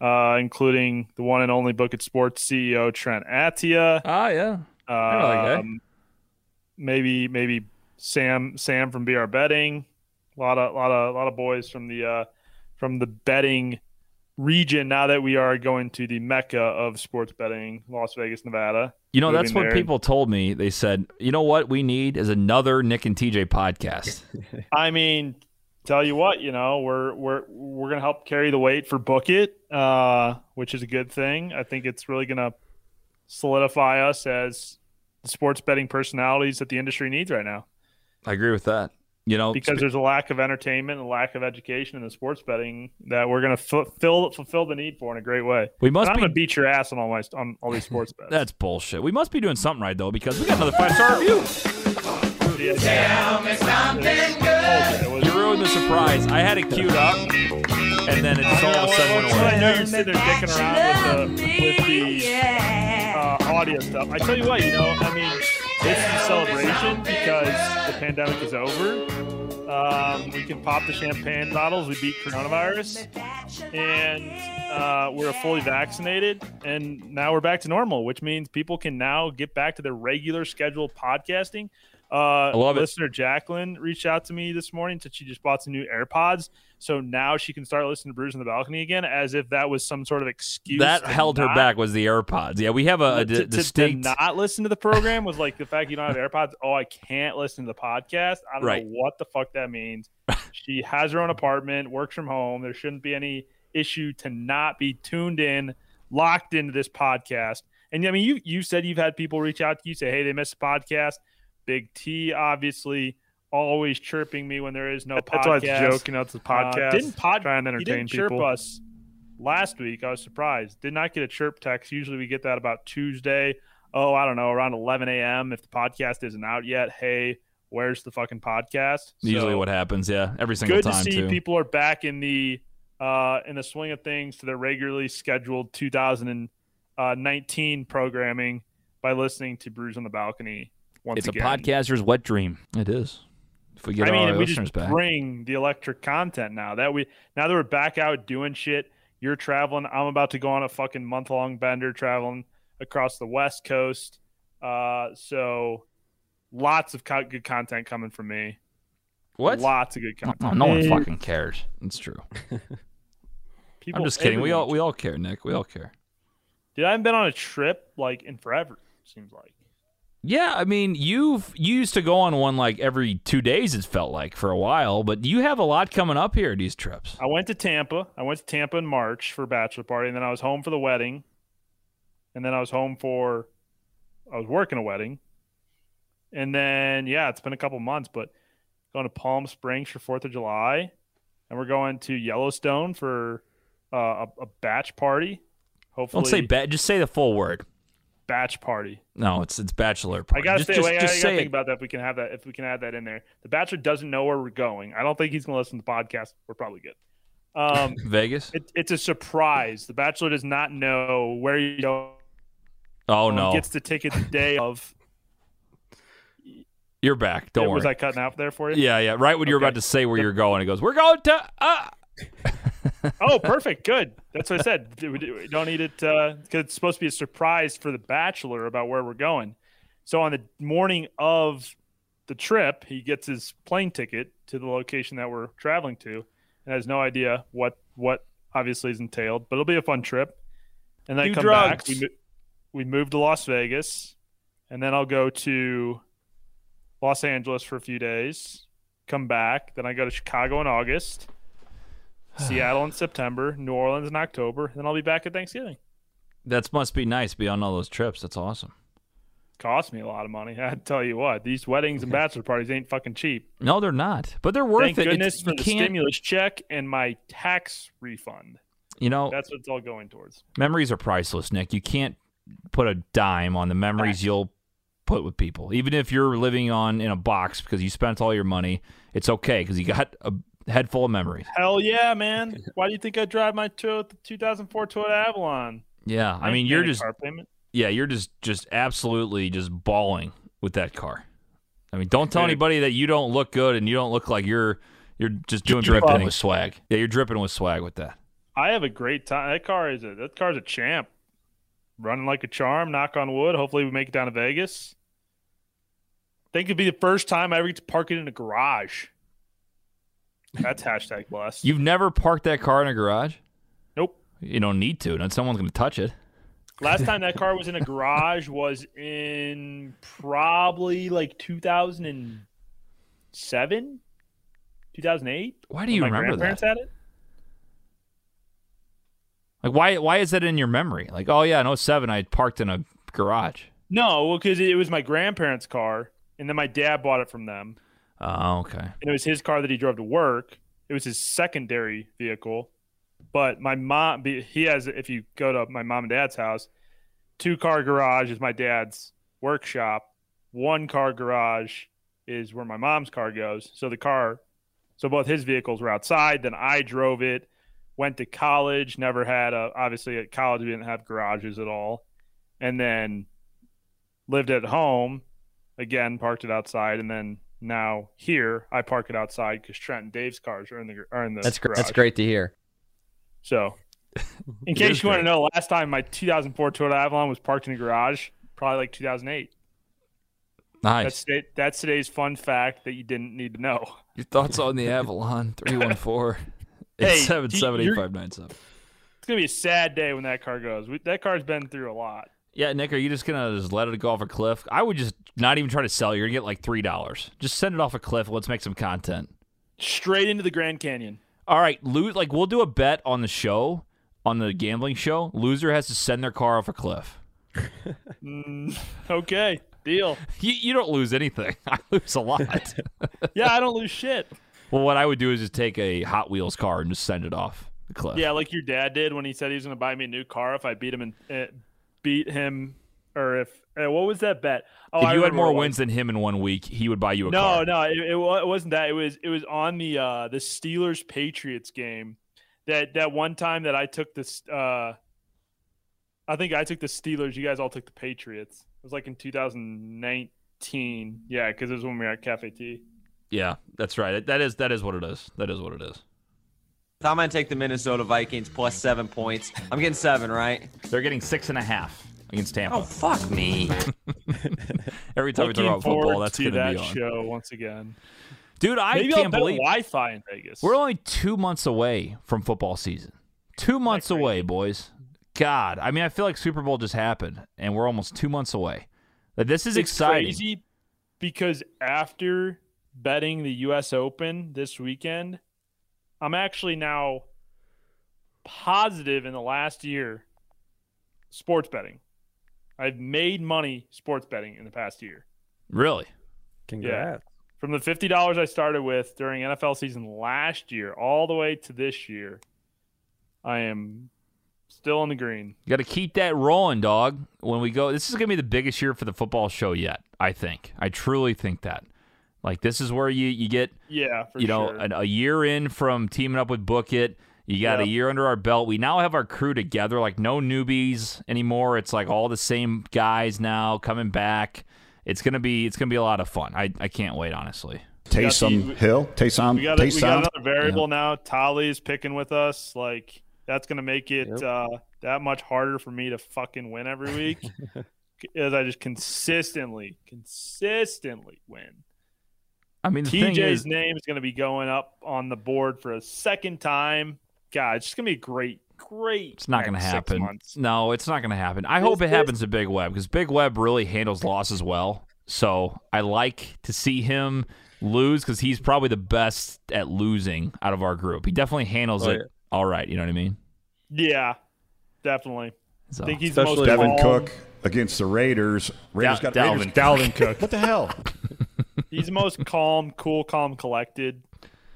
Uh, including the one and only Book It Sports CEO Trent Attia,
Ah, yeah. know that guy.
um, maybe maybe Sam Sam from BR Betting. A lot of lot of lot of boys from the uh, from the betting region. Now that we are going to the mecca of sports betting, Las Vegas, Nevada.
You know, that's
moving
what
there.
people told me. They said, you know what we need is another Nick and TJ podcast.
I mean, tell you what, you know, we're we're we're gonna help carry the weight for Book It, uh, which is a good thing. I think it's really gonna solidify us as the sports betting personalities that the industry needs right now.
I agree with that. You know,
because there's a lack of entertainment and a lack of education in the sports betting that we're going to fulfill fulfill the need for in a great way.
we must
I'm
be.
going to beat your ass on all my on all these sports bets.
That's bullshit. We must be doing something right though, because we got another five star review.
It was-
You ruined the surprise. I had it queued up, and then it just all of a sudden went
I
away.
know you're sitting there dicking around with the, with the uh, audio stuff. I tell you what, you know, I mean, this is a celebration because the pandemic is over. Um, we can pop the champagne bottles. We beat coronavirus, and uh, we're fully vaccinated. And now we're back to normal, which means people can now get back to their regular scheduled podcasting. Uh,
I love it.
listener Jacqueline reached out to me this morning that she just bought some new AirPods, so now she can start listening to Bruce on the Balcony again, as if that was some sort of excuse.
That
to
held her
not-
back was the AirPods. Yeah, we have a, a
to-
di-
to- to
distinct.
not listen to the program was like the fact you don't have AirPods. Oh, I can't listen to the podcast. I don't
Right.
know what the fuck that means. she has her own apartment, works from home. There shouldn't be any issue to not be tuned in, locked into this podcast. And I mean, you you said you've had people reach out to you say, "Hey, they missed the podcast." Big T, obviously, always chirping me when there is no podcast.
That's why it's a joke,
You know, it's a
podcast.
didn't pod
Try and
he
entertain
didn't chirp
people.
us last week. I was surprised. Did not get a chirp text. Usually we get that about Tuesday. Oh, I don't know, around 11 a.m. If the podcast isn't out yet, hey, where's the fucking podcast?
Usually,
So,
what happens? Yeah, every single
good to
time
see
too.
people are back in the uh, in the swing of things to their regularly scheduled 2019 uh, programming by listening to Brews on the Balcony. Once
it's
again.
a podcaster's wet dream. It is. If we get
I mean,
our
we
listeners
just
back,
bring the electric content now that we now that we're back out doing shit. You're traveling. I'm about to go on a fucking month long bender traveling across the West Coast. Uh, so lots of co- good content coming from me.
what?
Lots of good content. Eh,
Oh, no one
Hey,
fucking cares. It's true.
people-
I'm just kidding. We
everyone-
all we all care, Nick. We all care.
dude. I haven't been on a trip like in forever. Seems like.
Yeah, I mean, you've you used to go on one like every two days. It felt like for a while, but you have a lot coming up here these trips.
I went to Tampa. I went to Tampa in March for a bachelor party, and then I was home for the wedding, and then I was home for I was working a wedding, and then yeah, it's been a couple months, but going to Palm Springs for Fourth of July, and we're going to Yellowstone for uh, a, a batch party. Hopefully,
Don't say bat. Just say the full word.
batch party.
No, it's it's bachelor
I
party.
gotta
just
stay
just,
away.
just
I
say
gotta think
it.
about that. If we can have that, if we can add that in there, the bachelor doesn't know where we're going. I don't think he's gonna listen to the podcast. We're probably good. Um,
Vegas.
It, it's a surprise. The Bachelor does not know where you go.
Oh no,
Gets the ticket the day of.
you're back. Don't
Yeah,
worry.
Was I cutting out there for you?
yeah, yeah. Right when you're
Okay.
about to say where you're going, it goes. We're going to. Uh,
Oh, perfect. Good. That's what I said. We- We don't need it because it's supposed to be a surprise for the Bachelor about where we're going. So on the morning of the trip, he gets his plane ticket to the location that we're traveling to, and has no idea what what obviously is entailed. But it'll be a fun trip. And then I
Do
come back.
drugs.
We, mo- we move to Las Vegas, and then I'll go to Los Angeles for a few days. Come back. Then I go to Chicago in August. Seattle in September, New Orleans in October, and then I'll be back at Thanksgiving.
that must be nice. Be on all those trips. That's awesome.
Cost me a lot of money. I tell you what, these weddings and bachelor parties ain't fucking cheap.
No, they're not. But they're worth
Thank
it. It's-
goodness
you
for the
can't-
stimulus check and my tax refund.
You know,
That's what it's all going towards.
memories are priceless, Nick. You can't put a dime on the memories you'll put with people. Even if you're living on in a box because you spent all your money, it's okay because you got a head full of memories.
Hell yeah, man! Why do you think I drive my Toyota 2004 Toyota Avalon?
Yeah, I
Ain't
mean, you're
paying a
just
car payment.
yeah, you're just just absolutely just bawling with that car. I mean, don't tell
Dude.
anybody that you don't look good and you don't look like you're you're just doing dripping with swag. Yeah, you're dripping with swag with that.
I have a great time. That car is a that car's a champ. Running like a charm. Knock on wood. Hopefully we make it down to Vegas. Think it'd be the first time I ever get to park it in a garage. That's hashtag blessed.
You've never parked that car in a garage.
Nope.
You don't need to. Not someone's going to touch it.
Last time that car was in a garage was in probably like 2007, 2008.
Why do you
when my
remember that?
grandparents had it.
Like why why is that in your memory? Like, oh yeah, in 07 I parked in a garage.
No, well, because it was my grandparents' car, and then my dad bought it from them,
Oh, okay.
and it was his car that he drove to work. It was his secondary vehicle, but my mom be- he has. If you go to my mom and dad's house, two car garage is my dad's workshop. One car garage is where my mom's car goes. So the car, so both his vehicles were outside. Then I drove it. Went to college. Never had a. Obviously, at college we didn't have garages at all, and then lived at home again parked it outside and then now here i park it outside because trent and dave's cars are in the gar- are in the
That's gr-
garage.
that's great to hear.
so in
is
case you want to
great.
know last time my 2004 toyota avalon was parked in a garage probably like 2008
Nice.
that's today, that's today's fun fact that you didn't need to know
Your thoughts on the Avalon 314
Hey,
877
you're-
8597.
it's gonna be a sad day when that car goes we, that car's been through a lot
Yeah, Nick, are you just gonna just let it go off a cliff? I would just not even try to sell. You're gonna get like three dollars. Just send it off a cliff. Let's make some content.
straight into the grand canyon
All right, lose. Like we'll do a bet on the show, on the gambling show. Loser has to send their car off a cliff.
Mm, okay deal
You, you don't lose anything. I lose a lot.
yeah i don't lose shit
well, what I would do is just take a Hot Wheels car and just send it off the cliff.
Yeah, like your dad did when he said he was going to buy me a new car if I beat him and uh, beat him, or if uh, what was that bet? Oh, I
if you had
remember what
more
it was.
wins than him in one week, he would buy you a
No,
car.
no, it, it wa- it wasn't that. It was it was on the uh, the Steelers Patriots game that that one time that I took this. Uh, I think I took the Steelers. You guys all took the Patriots. It was like in 2019. Yeah, because it was when we were at Cafe T.
Yeah, that's right. That is that is what it is. That is what it is.
I'm gonna take the Minnesota Vikings plus seven points. I'm getting seven, right?
They're getting six and a half against Tampa.
Oh, fuck me.
Every time we talk
Looking
about football,
forward
that's
to
going to
that
be on.
show once again.
Dude, I
Maybe I'll
can't
bet
believe
Wi-Fi in Vegas.
we're only two months away from football season. Two months
crazy?
away, boys. God, I mean, I feel like Super Bowl just happened, and we're almost two months away. Like, This is
it's
exciting.
crazy because after betting the US Open this weekend, I'm actually now positive in the last year sports betting. I've made money sports betting in the past year.
Really?
Congrats.
From the $50 I started with during NFL season last year all the way to this year, I am still in the green.
Got to keep that rolling, dog. When we go, this is going to be the biggest year for the football show yet, I think. I truly think that. Like, this is where you, you get –
Yeah, for
you know,
sure.
an, a year in from teaming up with Book It. You got a
Yep.
year under our belt. We now have our crew together, like no newbies anymore. It's like all the same guys now coming back. It's gonna be it's gonna be a lot of fun. I, I can't wait, honestly.
Taysom
Hill, Taysom,
we got, a, we got another variable now. Tali's picking with us. Like that's gonna make it
Yep.
uh, that much harder for me to fucking win every week, as I just consistently, consistently win.
I mean, the thing
TJ's
is,
name is gonna be going up on the board for a second time. God, it's just gonna be a great, great.
it's not gonna
next six
happen.
months.
No, it's not gonna happen. I hope it
this-
happens to Big Web because Big Web really handles losses well. So I like to see him lose because he's probably the best at losing out of our group. He definitely handles
Oh,
it all right. You know what I mean?
Yeah, definitely.
So.
I think he's the
Especially-
most
Devin
calm.
against the Raiders.
Raiders got- Dalvin- Raiders-
Dalvin Cook.
What the hell?
He's the most calm, cool, calm, collected.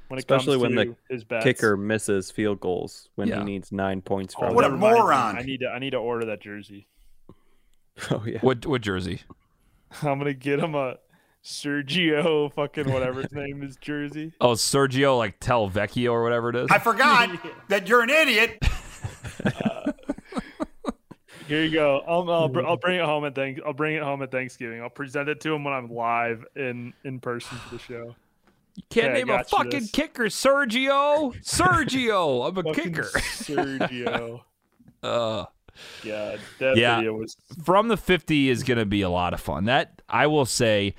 when it
Especially
comes
when
to
the
his bets.
Kicker misses field goals when
Yeah.
he needs nine points
Oh,
from
that
them.
reminds me.
moron.
I need to I need to order that jersey.
Oh yeah.
What what jersey?
I'm gonna get him a Sergio fucking whatever his name is jersey.
Oh, Sergio like Telvecchio or whatever it is.
I forgot that you're an idiot.
Here you go. I'll I'll, br- I'll bring it home at thank I'll bring it home at Thanksgiving. I'll present it to him when I'm live in in person for the show.
You can't
Okay, I
name a
got you
fucking
this.
kicker, Sergio. Sergio, I'm a
Fucking
kicker.
Sergio.
Uh,
God, that
Yeah.
video was
from the 50 is going to be a lot of fun. That I will say,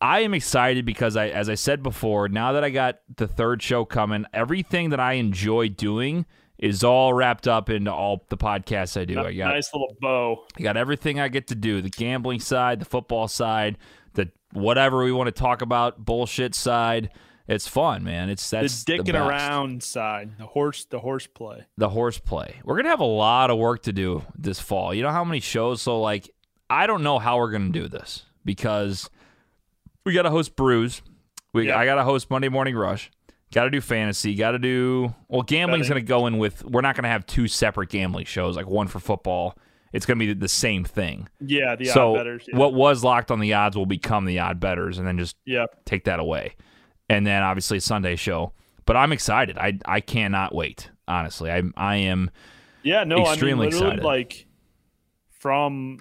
I am excited because I, as I said before, now that I got the third show coming, everything that I enjoy doing is all wrapped up into all the podcasts I do. I got
nice little bow.
I got everything I get to do the gambling side, the football side, the whatever we want to talk about, bullshit side. It's fun, man. It's that's
the dicking
best.
around side, the horse, the horse play.
the horseplay. We're gonna have a lot of work to do this fall. You know how many shows? So like, I don't know how we're gonna do this because we gotta host brews. We
Yeah.
I gotta host Monday Morning Rush. Got to do fantasy. Got to do well. Gambling's gonna go in with. We're not gonna have two separate gambling shows. Like one for football. It's gonna be the same thing.
Yeah, the
so
odd betters. Yeah.
what was locked on the odds will become the odd betters, and then just
yeah.
take that away. And then obviously Sunday show. But I'm excited. I I cannot wait. Honestly, I I am.
Yeah, no,
Extremely
I mean, literally,
excited.
like from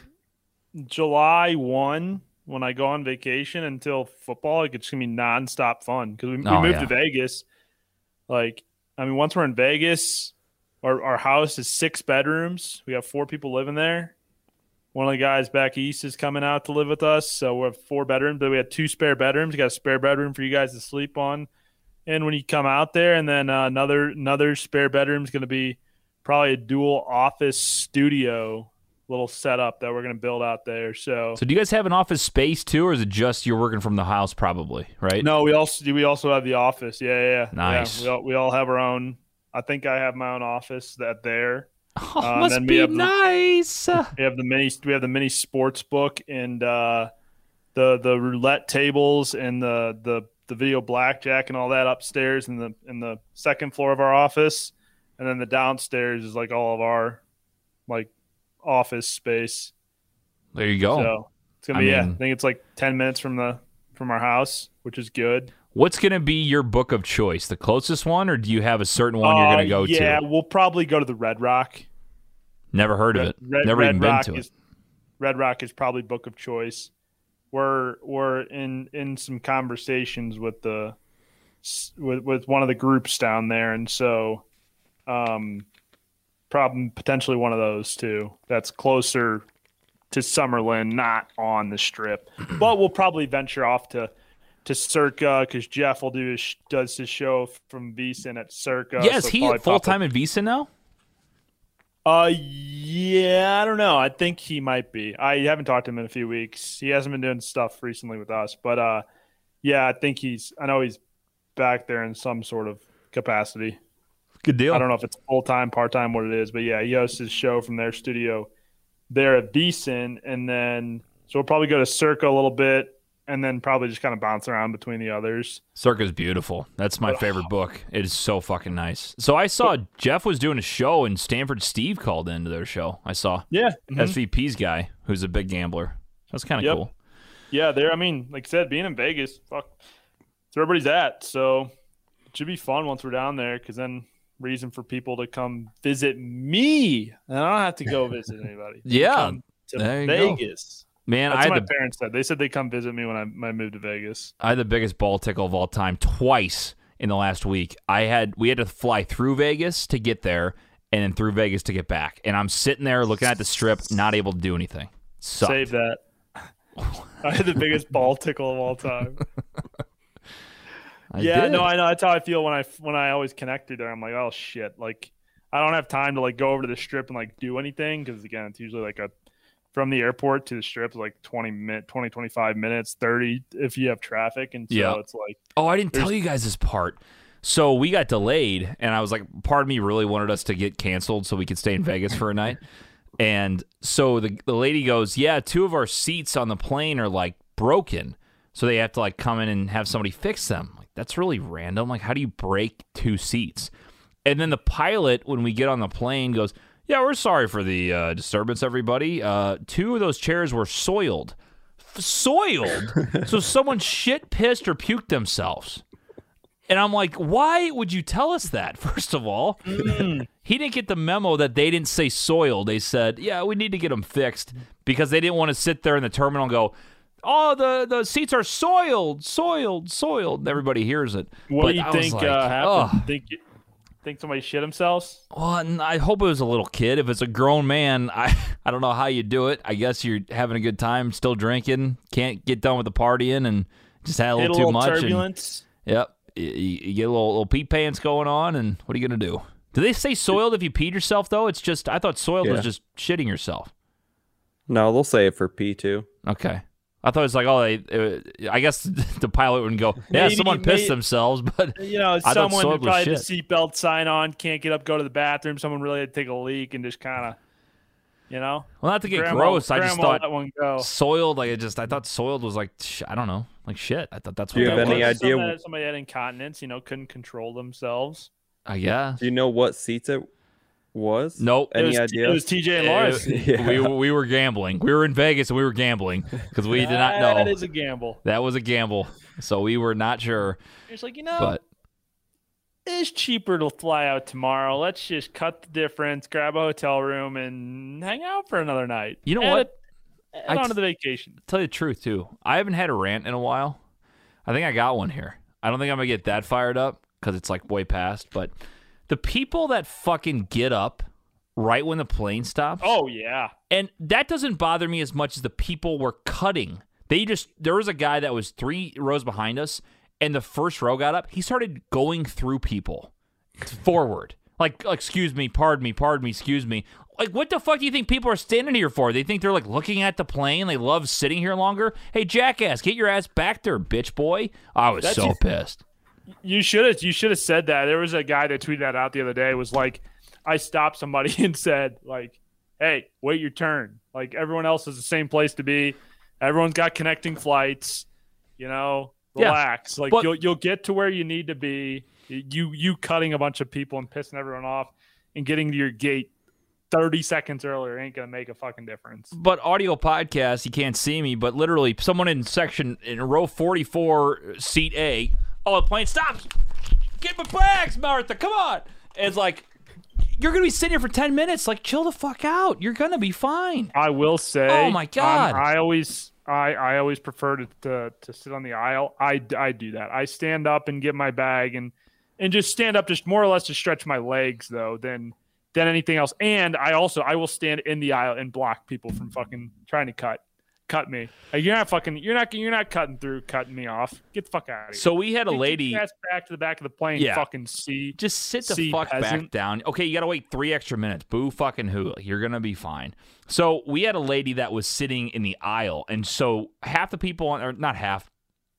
July one when I go on vacation until football, like it's gonna be nonstop fun because we, we
Oh,
moved
yeah.
to Vegas. Like, I mean, once we're in Vegas, our our house is six bedrooms. We have four people living there. One of the guys back east is coming out to live with us, so we have four bedrooms. But we have two spare bedrooms. We got a spare bedroom for you guys to sleep on. And when you come out there, and then uh, another another spare bedroom is going to be probably a dual office studio little setup that we're going to build out there. So,
So do you guys have an office space too, or is it just you're working from the house? Probably right.
no, we also do. We also have the office. Yeah, yeah, yeah.
Nice.
Yeah, we all we all have our own. I think I have my own office that there.
Oh,
Uh,
must
then we
be
have the-
nice.
We have the mini. We have the mini sports book and uh, the the roulette tables and the the the video blackjack and all that upstairs in the in the second floor of our office, and then the downstairs is like all of our like office space.
there you go.
So it's gonna
Oh. I
be yeah.
mean-
I think it's like ten minutes from the from our house, which is good.
What's gonna be your book of choice? The closest one, or do you have a certain one you're gonna
Uh,
go
Yeah,
to?
we'll probably go to the Red Rock.
Never heard of
Red,
it.
Red,
Never
Red
even
Rock
been to
is,
it.
Red Rock is probably book of choice. We're we're in in some conversations with the s- with with one of the groups down there, and so um, problem potentially one of those two that's closer to Summerlin, not on the strip, but we'll probably venture off to. To Circa because Jeff will do his, sh- does his show from Beeson at Circa.
Yeah, is
uh, so
he
probably
full
pop up-
time at Visa now?
uh, yeah, I don't know. I think he might be. I haven't talked to him in a few weeks. He hasn't been doing stuff recently with us, but uh, yeah, I think he's. I know he's back there in some sort of capacity.
Good deal.
I don't know if it's full time, part time, what it is, but yeah, he hosts his show from their studio there at Beeson, and then so we'll probably go to Circa a little bit, and then probably just kind of bounce around between the others.
Circa's beautiful. That's my favorite book. It is so fucking nice. So I saw Jeff was doing a show and Stanford Steve called into their show. I saw
Yeah,
SVP's guy, who's a big gambler. That's kind of
Mm-hmm. Yep.
cool.
Yeah, there. I mean, like I said, being in Vegas, fuck, it's where everybody's at. So it should be fun once we're down there, because then reason for people to come visit me, and I don't have to go visit anybody. They
Yeah,
come to
there you go.
Vegas.
Man,
That's
I
what my
had the
parents said. They said they come visit me when I, when I moved to Vegas.
I had the biggest ball tickle of all time twice in the last week. I had we had to fly through Vegas to get there and then through Vegas to get back. And I'm sitting there looking at the strip, not able to do anything. Sucked.
Save that. I had the biggest ball tickle of all time.
I
yeah,
did.
no, I know. That's how I feel when I when I always connect through there. I'm like, oh shit, like I don't have time to like go over to the strip and like do anything because again, it's usually like a from the airport to the strip is like 20 minute 20 25 minutes 30 if you have traffic and so
Yeah.
it's like
Oh, I didn't tell you guys this part. So we got delayed, and I was like, part of me really wanted us to get canceled so we could stay in Vegas for a night. And so the, the lady goes, Yeah, two of our seats on the plane are like broken. So they have to like come in and have somebody fix them. Like, that's really random. Like, how do you break two seats? And then the pilot, when we get on the plane, goes, Yeah, we're sorry for the uh, disturbance, everybody. Uh, two of those chairs were soiled. F- soiled? so someone shit, pissed, or puked themselves. And I'm like, Why would you tell us that, first of all?
Mm.
he didn't get the memo that they didn't say soil. They said, yeah, we need to get them fixed because they didn't want to sit there in the terminal and go, oh, the, the seats are soiled, soiled, soiled. And everybody hears it.
What
But I
do you
was
think
like,
uh, happened?
"Ugh."
Think think somebody shit themselves?
Well, and I hope it was a little kid. If it's a grown man, I, I don't know how you do it. I guess you're having a good time, still drinking, can't get done with the partying and just had a
Hit a
little too
little
much. and-
turbulence.
Yep. You, you get a little, little pee pants going on, and what are you going to do? Do they say soiled if you peed yourself, though? It's just, I thought soiled
Yeah.
was just shitting yourself.
No, they'll say it for P two.
Okay. I thought it was like, oh, they, uh, I guess the pilot wouldn't go, yeah,
Maybe-
someone pissed
may-
themselves, but
You know,
thought
someone
soiled was
probably had the seatbelt sign on, can't get up, go to the bathroom. Someone really had to take a leak and just kind of, you know,
well, not to get
grandma-
gross. I just
grandma
thought
let one go.
soiled, like, I just, I thought soiled was like, sh- I don't know, like shit. I thought that's what
Do you
that
have any
was.
idea-
Somebody, somebody had incontinence, you know, couldn't control themselves.
I guess.
Do you know what seats it was?
Nope.
Any
it was,
idea?
It was TJ and Lawrence.
It-
Yeah.
we, we were gambling. We were in Vegas and we were gambling because we did not know.
That is a gamble.
That was a gamble. So we were not sure,
It's like, you know,
but
it's cheaper to fly out tomorrow. Let's just cut the difference, grab a hotel room, and hang out for another night.
You know
Add
what?
A, add
I
on
t-
to the vacation.
tell you the truth too. I haven't had a rant in a while. I think I got one here. I don't think I'm gonna get that fired up because it's like way past. But the people that fucking get up right when the plane stops.
Oh yeah,
And that doesn't bother me as much as the people were cutting. They just there was a guy that was three rows behind us, and the first row got up. He started going through people forward. Like, excuse me, pardon me, pardon me, excuse me. Like, what the fuck do you think people are standing here for? They think they're like looking at the plane. They love sitting here longer. Hey, jackass, get your ass back there, bitch boy. I was
That's-
so pissed.
you should have you should have said that. There was a guy that tweeted that out the other day. Was like, I stopped somebody and said like, "Hey, wait your turn." Like everyone else is the same place to be. Everyone's got connecting flights. You know,
Yeah.
relax. Like
But-
you'll you'll get to where you need to be. You you cutting a bunch of people and pissing everyone off and getting to your gate. 30 seconds earlier ain't gonna make a fucking difference.
but audio podcast, you can't see me, but literally someone in section in row 44, seat A. Oh, the plane stops. Get my bags, Martha. Come on. And it's like, you're going to be sitting here for 10 minutes. Like, chill the fuck out. You're going to be fine.
I will say.
Oh, my
um,
God.
I always, I, I always prefer to, to to sit on the aisle. I, I do that. I stand up and get my bag and and just stand up, just more or less to stretch my legs though than than anything else. And I also I will stand in the aisle and block people from fucking trying to cut cut me. Like, you're not fucking. You're not. You're not cutting through, cutting me off. Get the fuck out of here.
So we had a
Get your
lady
ass back to the back of the plane.
Yeah.
Fucking see.
just sit the
See,
fuck back
peasant.
down. Okay, you got to wait three extra minutes. Boo fucking who? Like, You're going to be fine. So we had a lady that was sitting in the aisle. And so half the people, on, or not half,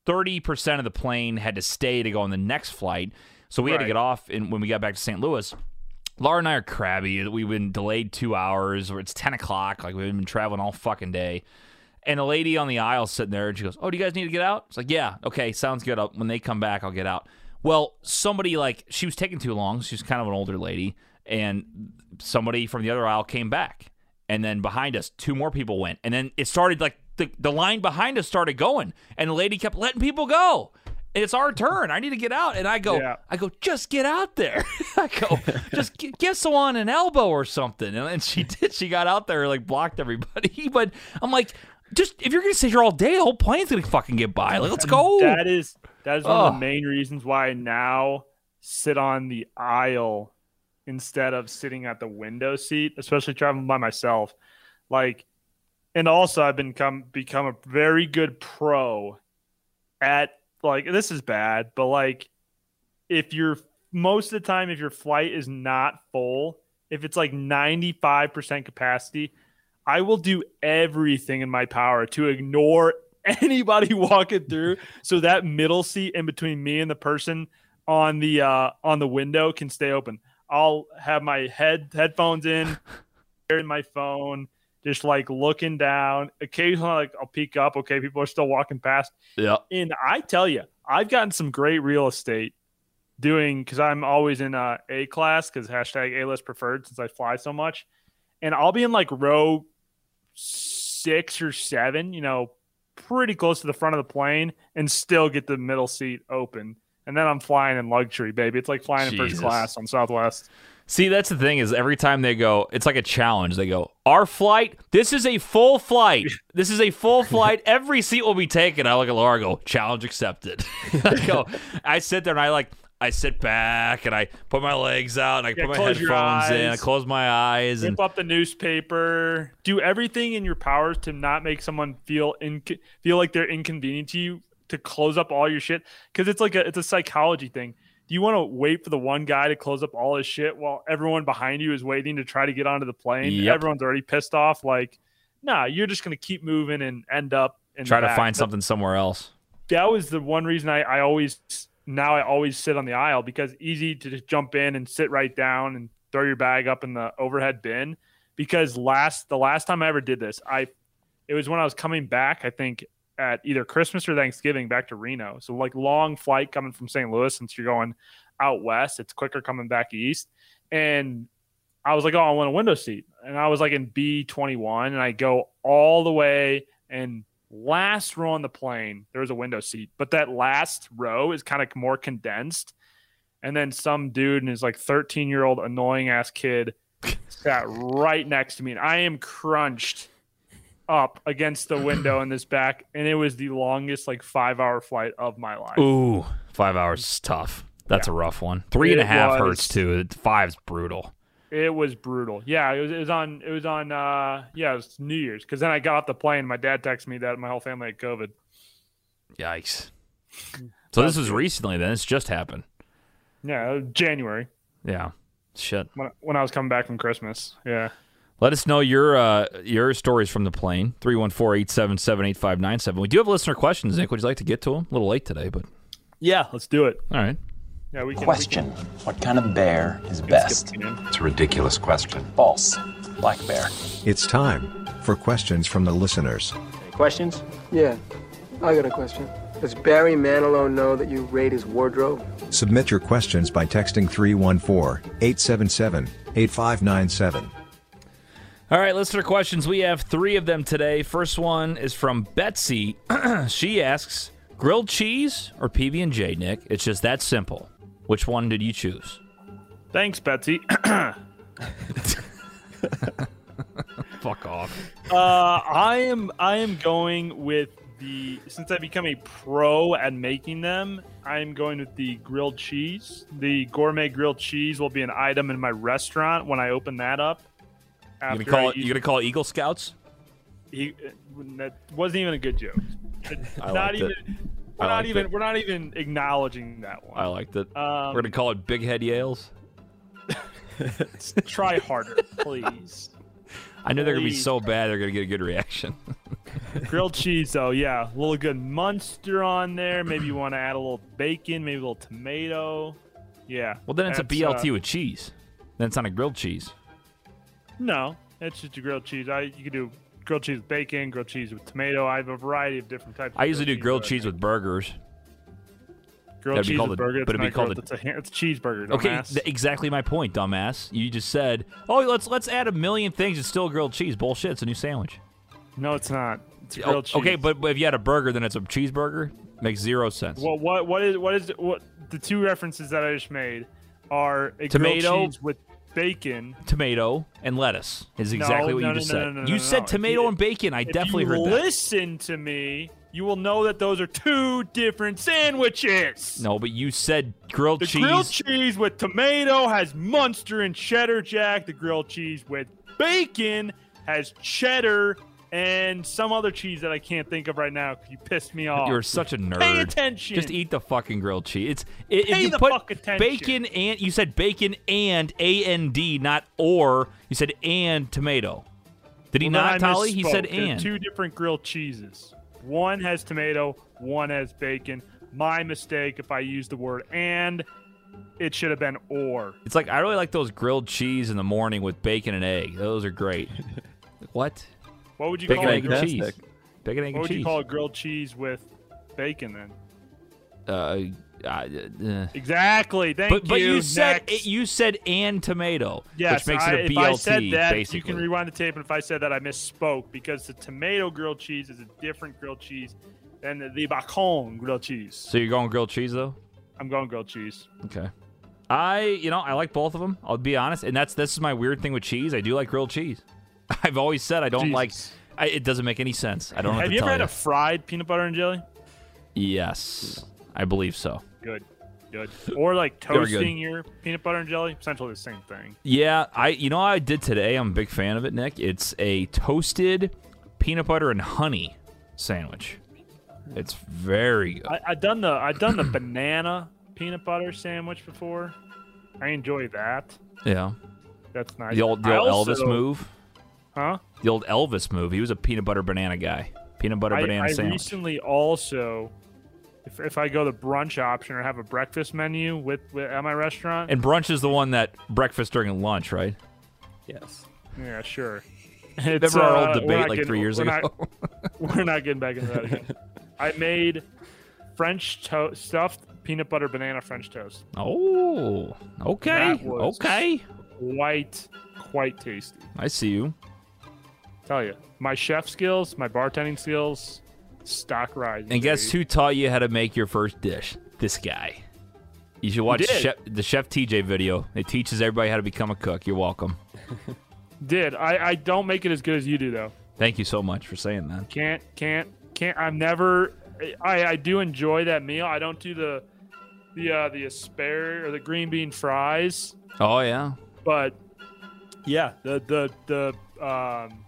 30% of the plane had to stay to go on the next flight. So we had to
Right.
get off and when we got back to St. Louis. Laura and I are crabby. We've been delayed two hours, or it's 10 o'clock. Like, we've been traveling all fucking day. And a lady on the aisle sitting there, and she goes, "Oh, do you guys need to get out?" It's like, "Yeah, okay, sounds good. I'll, when they come back, I'll get out." Well, somebody like she was taking too long. She's kind of an older lady, and somebody from the other aisle came back, and then behind us, two more people went, and then it started like the the line behind us started going, and the lady kept letting people go. And it's our turn. I need to get out, and I go,
Yeah.
I go, just get out there. I go, just g- give someone an elbow or something. And, and she did. She got out there, like blocked everybody. But I'm like, just if you're gonna sit here all day, the whole plane's gonna fucking get by. Like, let's go.
That is that is one of
Oh.
the main reasons why I now sit on the aisle instead of sitting at the window seat, especially traveling by myself. Like, and also I've become become a very good pro at like this is bad, but like if you're most of the time if your flight is not full, if it's like 95% capacity, I will do everything in my power to ignore anybody walking through so that middle seat in between me and the person on the uh on the window can stay open. I'll have my head headphones in, in my phone, just like looking down. Occasionally, like I'll peek up. Okay, people are still walking past.
Yeah.
And I tell you, I've gotten some great real estate doing because I'm always in uh, a class because hashtag a list preferred since I fly so much, and I'll be in like row six or seven, you know, pretty close to the front of the plane, and still get the middle seat open. And then I'm flying in luxury, baby. It's like flying in
Jesus.
first class on Southwest.
See, that's the thing is every time they go, it's like a challenge. They go, our flight, this is a full flight. This is a full flight. Every seat will be taken. I look at Laura and go, challenge accepted. I go, I sit there and I like, I sit back and I put my legs out and I
Yeah,
put my
close your
headphones in. I
eyes.
close my eyes and
Rip up the newspaper. Do everything in your powers to not make someone feel in feel like they're inconvenient to you. To close up all your shit because it's like a it's a psychology thing. Do you want to wait for the one guy to close up all his shit while everyone behind you is waiting to try to get onto the plane?
Yep.
Everyone's already pissed off. Like, nah, you're just gonna keep moving and end up in
try to
the back.
find
That-
something somewhere else.
that was the one reason I, I always now I always sit on the aisle because easy to just jump in and sit right down and throw your bag up in the overhead bin. Because last the last time I ever did this, I it was when I was coming back, I think at either Christmas or Thanksgiving back to Reno. So like long flight coming from St. Louis since you're going out west, it's quicker coming back east. And I was like, oh, I want a window seat. And I was like in B21 and I go all the way and last row on the plane, there was a window seat, but that last row is kind of more condensed. And then some dude and his like 13 year old annoying ass kid sat right next to me. And I am crunched up against the window in this back. And it was the longest like five hour flight of my life.
Ooh, five hours is tough. That's a rough one. Three and a
It
half
was.
hurts too. It- Five's brutal.
It was brutal. Yeah, it was, it was on it was on uh yeah, it was New Year's cuz then I got off the plane my dad texted me that my whole family had covid.
Yikes. So this was recently then. It's just happened.
Yeah, it was January
Yeah. Shit.
when when I was coming back from Christmas. Yeah.
Let us know your uh, your stories from the plane. 314-877-8597. We do have listener questions, Nick. Would you like to get to them? A little late today, but
Yeah, let's do it.
all right.
Yeah, we can
Question What kind of bear is best?
It's a ridiculous question.
False. Black bear.
It's time for questions from the listeners.
Questions? Yeah, I got a question. Does Barry Manilow know that you raid his wardrobe?
Submit your questions by texting 314 877 8597.
All right, listener questions. We have three of them today. First one is from Betsy. she asks, grilled cheese or PB and J, Nick? It's just that simple. Which one did you choose?
Thanks, Betsy.
Fuck off.
uh, I am I am going with the since I become a pro at making them, I am going with the grilled cheese. The gourmet grilled cheese will be an item in my restaurant when I open that up.
You gonna
after
call
I
it, you gonna call it Eagle Scouts?
He, that wasn't even a good joke.
I
not
liked
even.
it.
We're
I
not
liked
even.
it.
We're not even acknowledging that one.
I liked it.
Um,
We're gonna call it Big Head Yales.
Try harder, please.
I know they're gonna be
Please.
so bad they're gonna get a good reaction.
Grilled cheese, though, yeah, a little good Munster on there. Maybe you want to add a little bacon, maybe a little tomato. Yeah.
well, then it's a
that's,
BLT
uh,
with cheese. Then it's not a grilled cheese.
no, it's just a grilled cheese. I you could do grilled cheese with bacon, grilled cheese with tomato. I have a variety of different types.
I
of
usually do grilled cheese with burgers.
Grilled
that'd be
cheese
called
with
a-
burger.
but it'd
it's
be
not
called
grilled,
a-
it's a, ha- it's a cheeseburger.
Okay,
dumbass.
th- exactly my point, dumbass. You just said, "Oh, let's let's add a million things. It's still grilled cheese. Bullshit. It's a new sandwich."
no, it's not. It's
Oh,
grilled cheese.
Okay, but, but if you had a burger, then it's a cheeseburger. Makes zero sense.
Well, what what is what is what the two references that I just made are a
Tomato.
grilled cheese with bacon.
tomato and lettuce is
No,
exactly what
no,
you
no,
just
no,
said.
no, no,
you
no,
said
no. If
tomato
you-
and bacon. I
if
definitely
you
heard that.
Listen to me. You will know that those are two different sandwiches.
No, but you said grilled
The
cheese.
grilled cheese with tomato has Munster and cheddar jack. The grilled cheese with bacon has cheddar and some other cheese that I can't think of right now because you pissed me off.
You're such a nerd.
Pay attention.
Just eat the fucking grilled cheese. It's it, if
Pay
you
the
put
fuck attention.
bacon and you said bacon and a n d, not or. You said and tomato. Did he
Well, then
not,
I
Tolly? He said
misspoke. They're
and.
Two different grilled cheeses. One has tomato, one has bacon. My mistake if I used the word and. It should have been or.
It's like I really like those grilled cheese in the morning with bacon and egg. Those are great. What?
What would you
Bacon,
call
egg,
a
and
grilled
cheese. Bacon, egg,
What
and
would
cheese.
you call a grilled cheese with bacon then?
uh, uh, uh,
Exactly. Thank
but, But
you.
you said
Next.
you said and tomato,
Yes,
which makes
I,
it a BLT.
if I said that,
basically,
you can rewind the tape. And if I said that, I misspoke because the tomato grilled cheese is a different grilled cheese than the, the bacon grilled cheese.
so you're going grilled cheese though.
I'm going grilled cheese.
Okay. I, you know, I like both of them. I'll be honest, and that's this is my weird thing with cheese. I do like grilled cheese. I've always said I don't like. I, it doesn't make any sense. I don't.
Have
have to
you ever
tell
had a fried peanut butter and jelly?
Yes, I believe so.
Good, good. Or like
They were good.
toasting your peanut butter and jelly, essentially the same thing.
Yeah, I you know what I did today. I'm a big fan of it, Nick. It's a toasted peanut butter and honey sandwich. It's very good.
I, I done the I done the banana peanut butter sandwich before. I enjoy that.
Yeah.
That's nice.
The old the
I
old
also-
Elvis move.
Huh?
The old Elvis move. He was a peanut butter banana guy. Peanut butter
I,
banana
I
sandwich.
recently also, if, if I go the brunch option or have a breakfast menu with, with at my restaurant,
and brunch is the one that breakfast during lunch, right?
yes, yeah, sure.
Remember
It's,
our
uh,
old
we're
debate
not
like three
getting-
years
we're
ago?
not- we're not getting back into that again. I made French toast, stuffed peanut butter banana French toast.
oh, okay,
That was
okay.
Quite, quite tasty.
I see you.
Tell you, my chef skills, my bartending skills, stock rise.
And guess who taught you how to make your first dish? This guy. You should watch
did.
chef, the Chef TJ video. It teaches everybody how to become a cook. You're welcome.
did? I, I don't make it as good as you do though.
Thank you so much for saying that.
Can't, can't, can't. I'm never. I I do enjoy that meal. I don't do the the uh, the asparagus or the green bean fries,
Oh yeah.
but yeah, the the the um.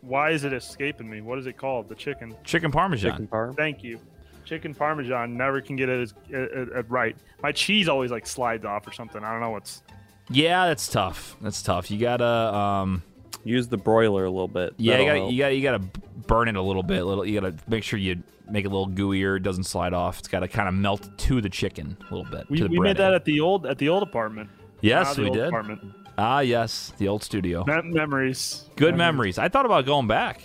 Why is it escaping me? What is it called? The chicken.
Chicken parmesan.
Chicken parm.
Thank you. Chicken parmesan never can get it as, uh, uh, right. My cheese always like slides off or something. I don't know what's.
Yeah, that's tough. That's tough. You gotta um
use the broiler a little bit.
Yeah, you
That'll
gotta, you gotta you gotta burn it a little bit. Little you gotta make sure you make it a little gooier. It doesn't slide off. It's gotta kind of melt to the chicken a little bit.
We,
to the
we made
breading.
that at the old at the old apartment. Ah,
Yes,
the
we
old
did.
Apartment.
Ah, yes, the old studio.
Mem- memories.
Good memories. I thought about going back.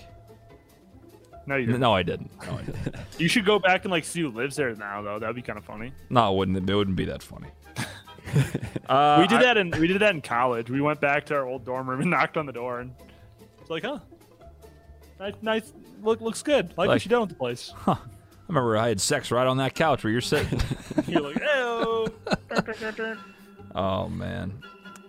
No, you didn't.
No, I didn't. No, I didn't.
You should go back and like see who lives there now, though. That'd be kind of funny.
no, it wouldn't. It wouldn't be that funny. Uh,
we did
I-
that in we did that in college. We went back to our old dorm room and knocked on the door, and it's like, huh, nice, nice look, looks good. Like,
Like-
what you done with the place?
Huh. I remember I had sex right on that couch where you're sitting.
You're like, oh, the
oh man,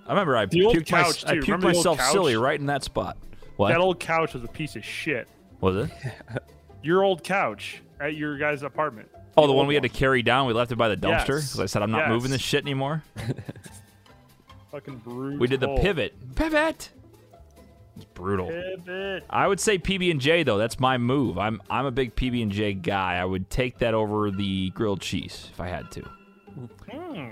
I remember I
old
puked, my-
couch,
I
too.
puked
Remember the old
myself
couch?
silly right in that spot. What
that old couch was a piece of shit.
was it?
Your old couch at your guys' apartment.
Oh, the one we had to carry down. We left it by the dumpster
Yes.
because I said I'm not
Yes.
moving this shit anymore.
Fucking brutal.
We did the pivot. Pivot. It's brutal.
Pivot.
I would say PB and J though. That's my move. I'm I'm a big PB and J guy. I would take that over the grilled cheese if I had to.
Hmm.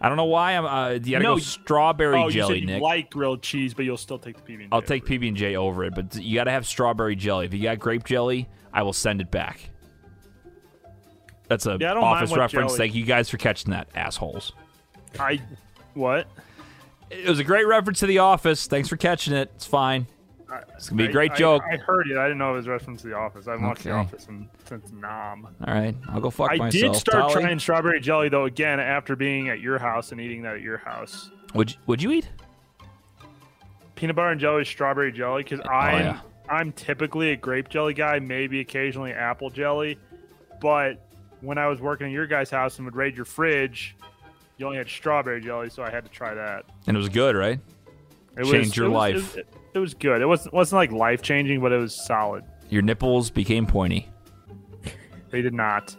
I don't know why I'm. Uh, you gotta
No,
go
you-
strawberry
oh,
jelly,
you said
Nick.
You like grilled cheese, but you'll still take the PB.
I'll take PB and J over it, but you gotta have strawberry jelly. If you got grape jelly, I will send it back. That's a
Yeah, I don't mind
office
what
reference.
jelly-
Thank you guys for catching that, assholes.
I what?
It was a great reference to the office. Thanks for catching it. It's fine. It's gonna be a
I-
great
I-
joke.
I, heard it. I didn't know it was reference to The Office. I haven't watched The
Okay.
Office in, since Nom.
All right, I'll go fuck
I
myself.
did start
Dolly,
trying strawberry jelly though again after being at your house and eating that at your house.
Would you, would you eat?
Peanut butter and jelly, strawberry jelly, because I'm
Oh, yeah.
I'm typically a grape jelly guy, maybe occasionally apple jelly, but when I was working at your guys' house and would raid your fridge, you only had strawberry jelly, so I had to try that.
And it was good, right?
It was-
Changed your
it was- it
life.
was- it was good. It wasn't wasn't like life changing, but it was solid.
Your nipples became pointy.
They did not.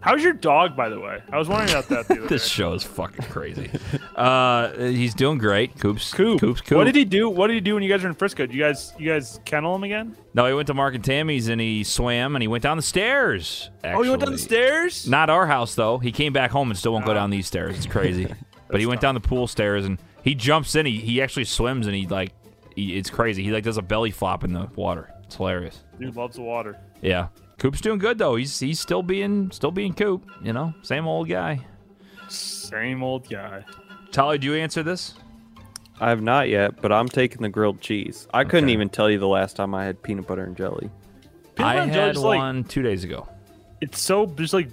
How's your dog, by the way? I was wondering about that. The other
This
day.
show is fucking crazy. uh, he's doing great. Coops.
Coop.
Coops. Coop.
What did he do? What did he do when you guys were in Frisco? Did you guys you guys kennel him again?
No, he went to Mark and Tammy's and he swam and he went down the stairs.
Oh, he went down the
actually.
stairs.
Not our house though. He came back home and still won't go down these stairs. It's crazy. but he went down the pool stairs and he jumps in. He, he actually swims and he like he, it's crazy. He like does a belly flop in the water. It's hilarious.
Dude loves the water.
Yeah. Coop's doing good though. He's he's still being still being Coop. You know, same old guy.
Same old guy.
Tolly, do you answer this?
I have not yet, but I'm taking the grilled cheese. I couldn't even tell you the last time I had peanut butter and jelly.
Peanut
I
butter and jelly
had
is like-
one two days ago.
It's so just like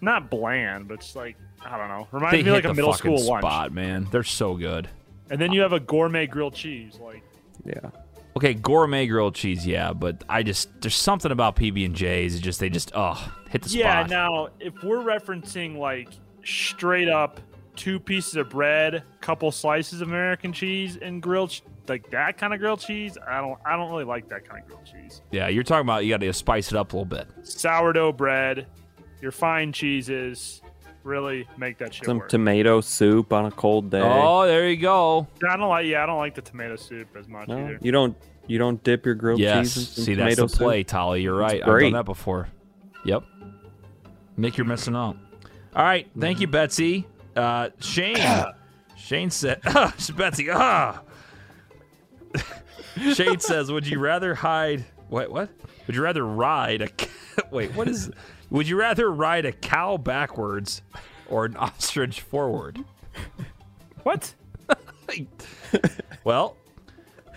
not bland, but it's like I don't know.
They
Reminds me
hit
of, like
the
a middle
fucking
school lunch.
spot, man. They're so good.
And then you have a gourmet grilled cheese. Like
Yeah.
Okay, gourmet grilled cheese, yeah, but I just there's something about PB and J's. Just they just oh hit the
yeah.
spot.
Now if we're referencing like straight up two pieces of bread, couple slices of American cheese, and grilled ch- like that kind of grilled cheese, I don't I don't really like that kind of grilled cheese.
Yeah, you're talking about you got to spice it up a little bit.
Sourdough bread, your fine cheeses, really make that shit
Some
work.
tomato soup on a cold day.
Oh, there you go.
I don't like yeah I don't like the tomato soup as much
No,
either.
you don't you don't dip your grilled
Yes,
cheese in some
see that's
tomato
the play,
soup?
Tolly. You're
It's
right. I've done
great.
that before. Yep. Nick, you're missing out. All right,
Mm-hmm.
thank you, Betsy. Uh, Shane, Shane said, Betsy, ah. Shane says, would you rather hide? What? What? Would you rather ride a? c- Wait, what is? Would you rather ride a cow backwards or an ostrich forward?
What?
Well,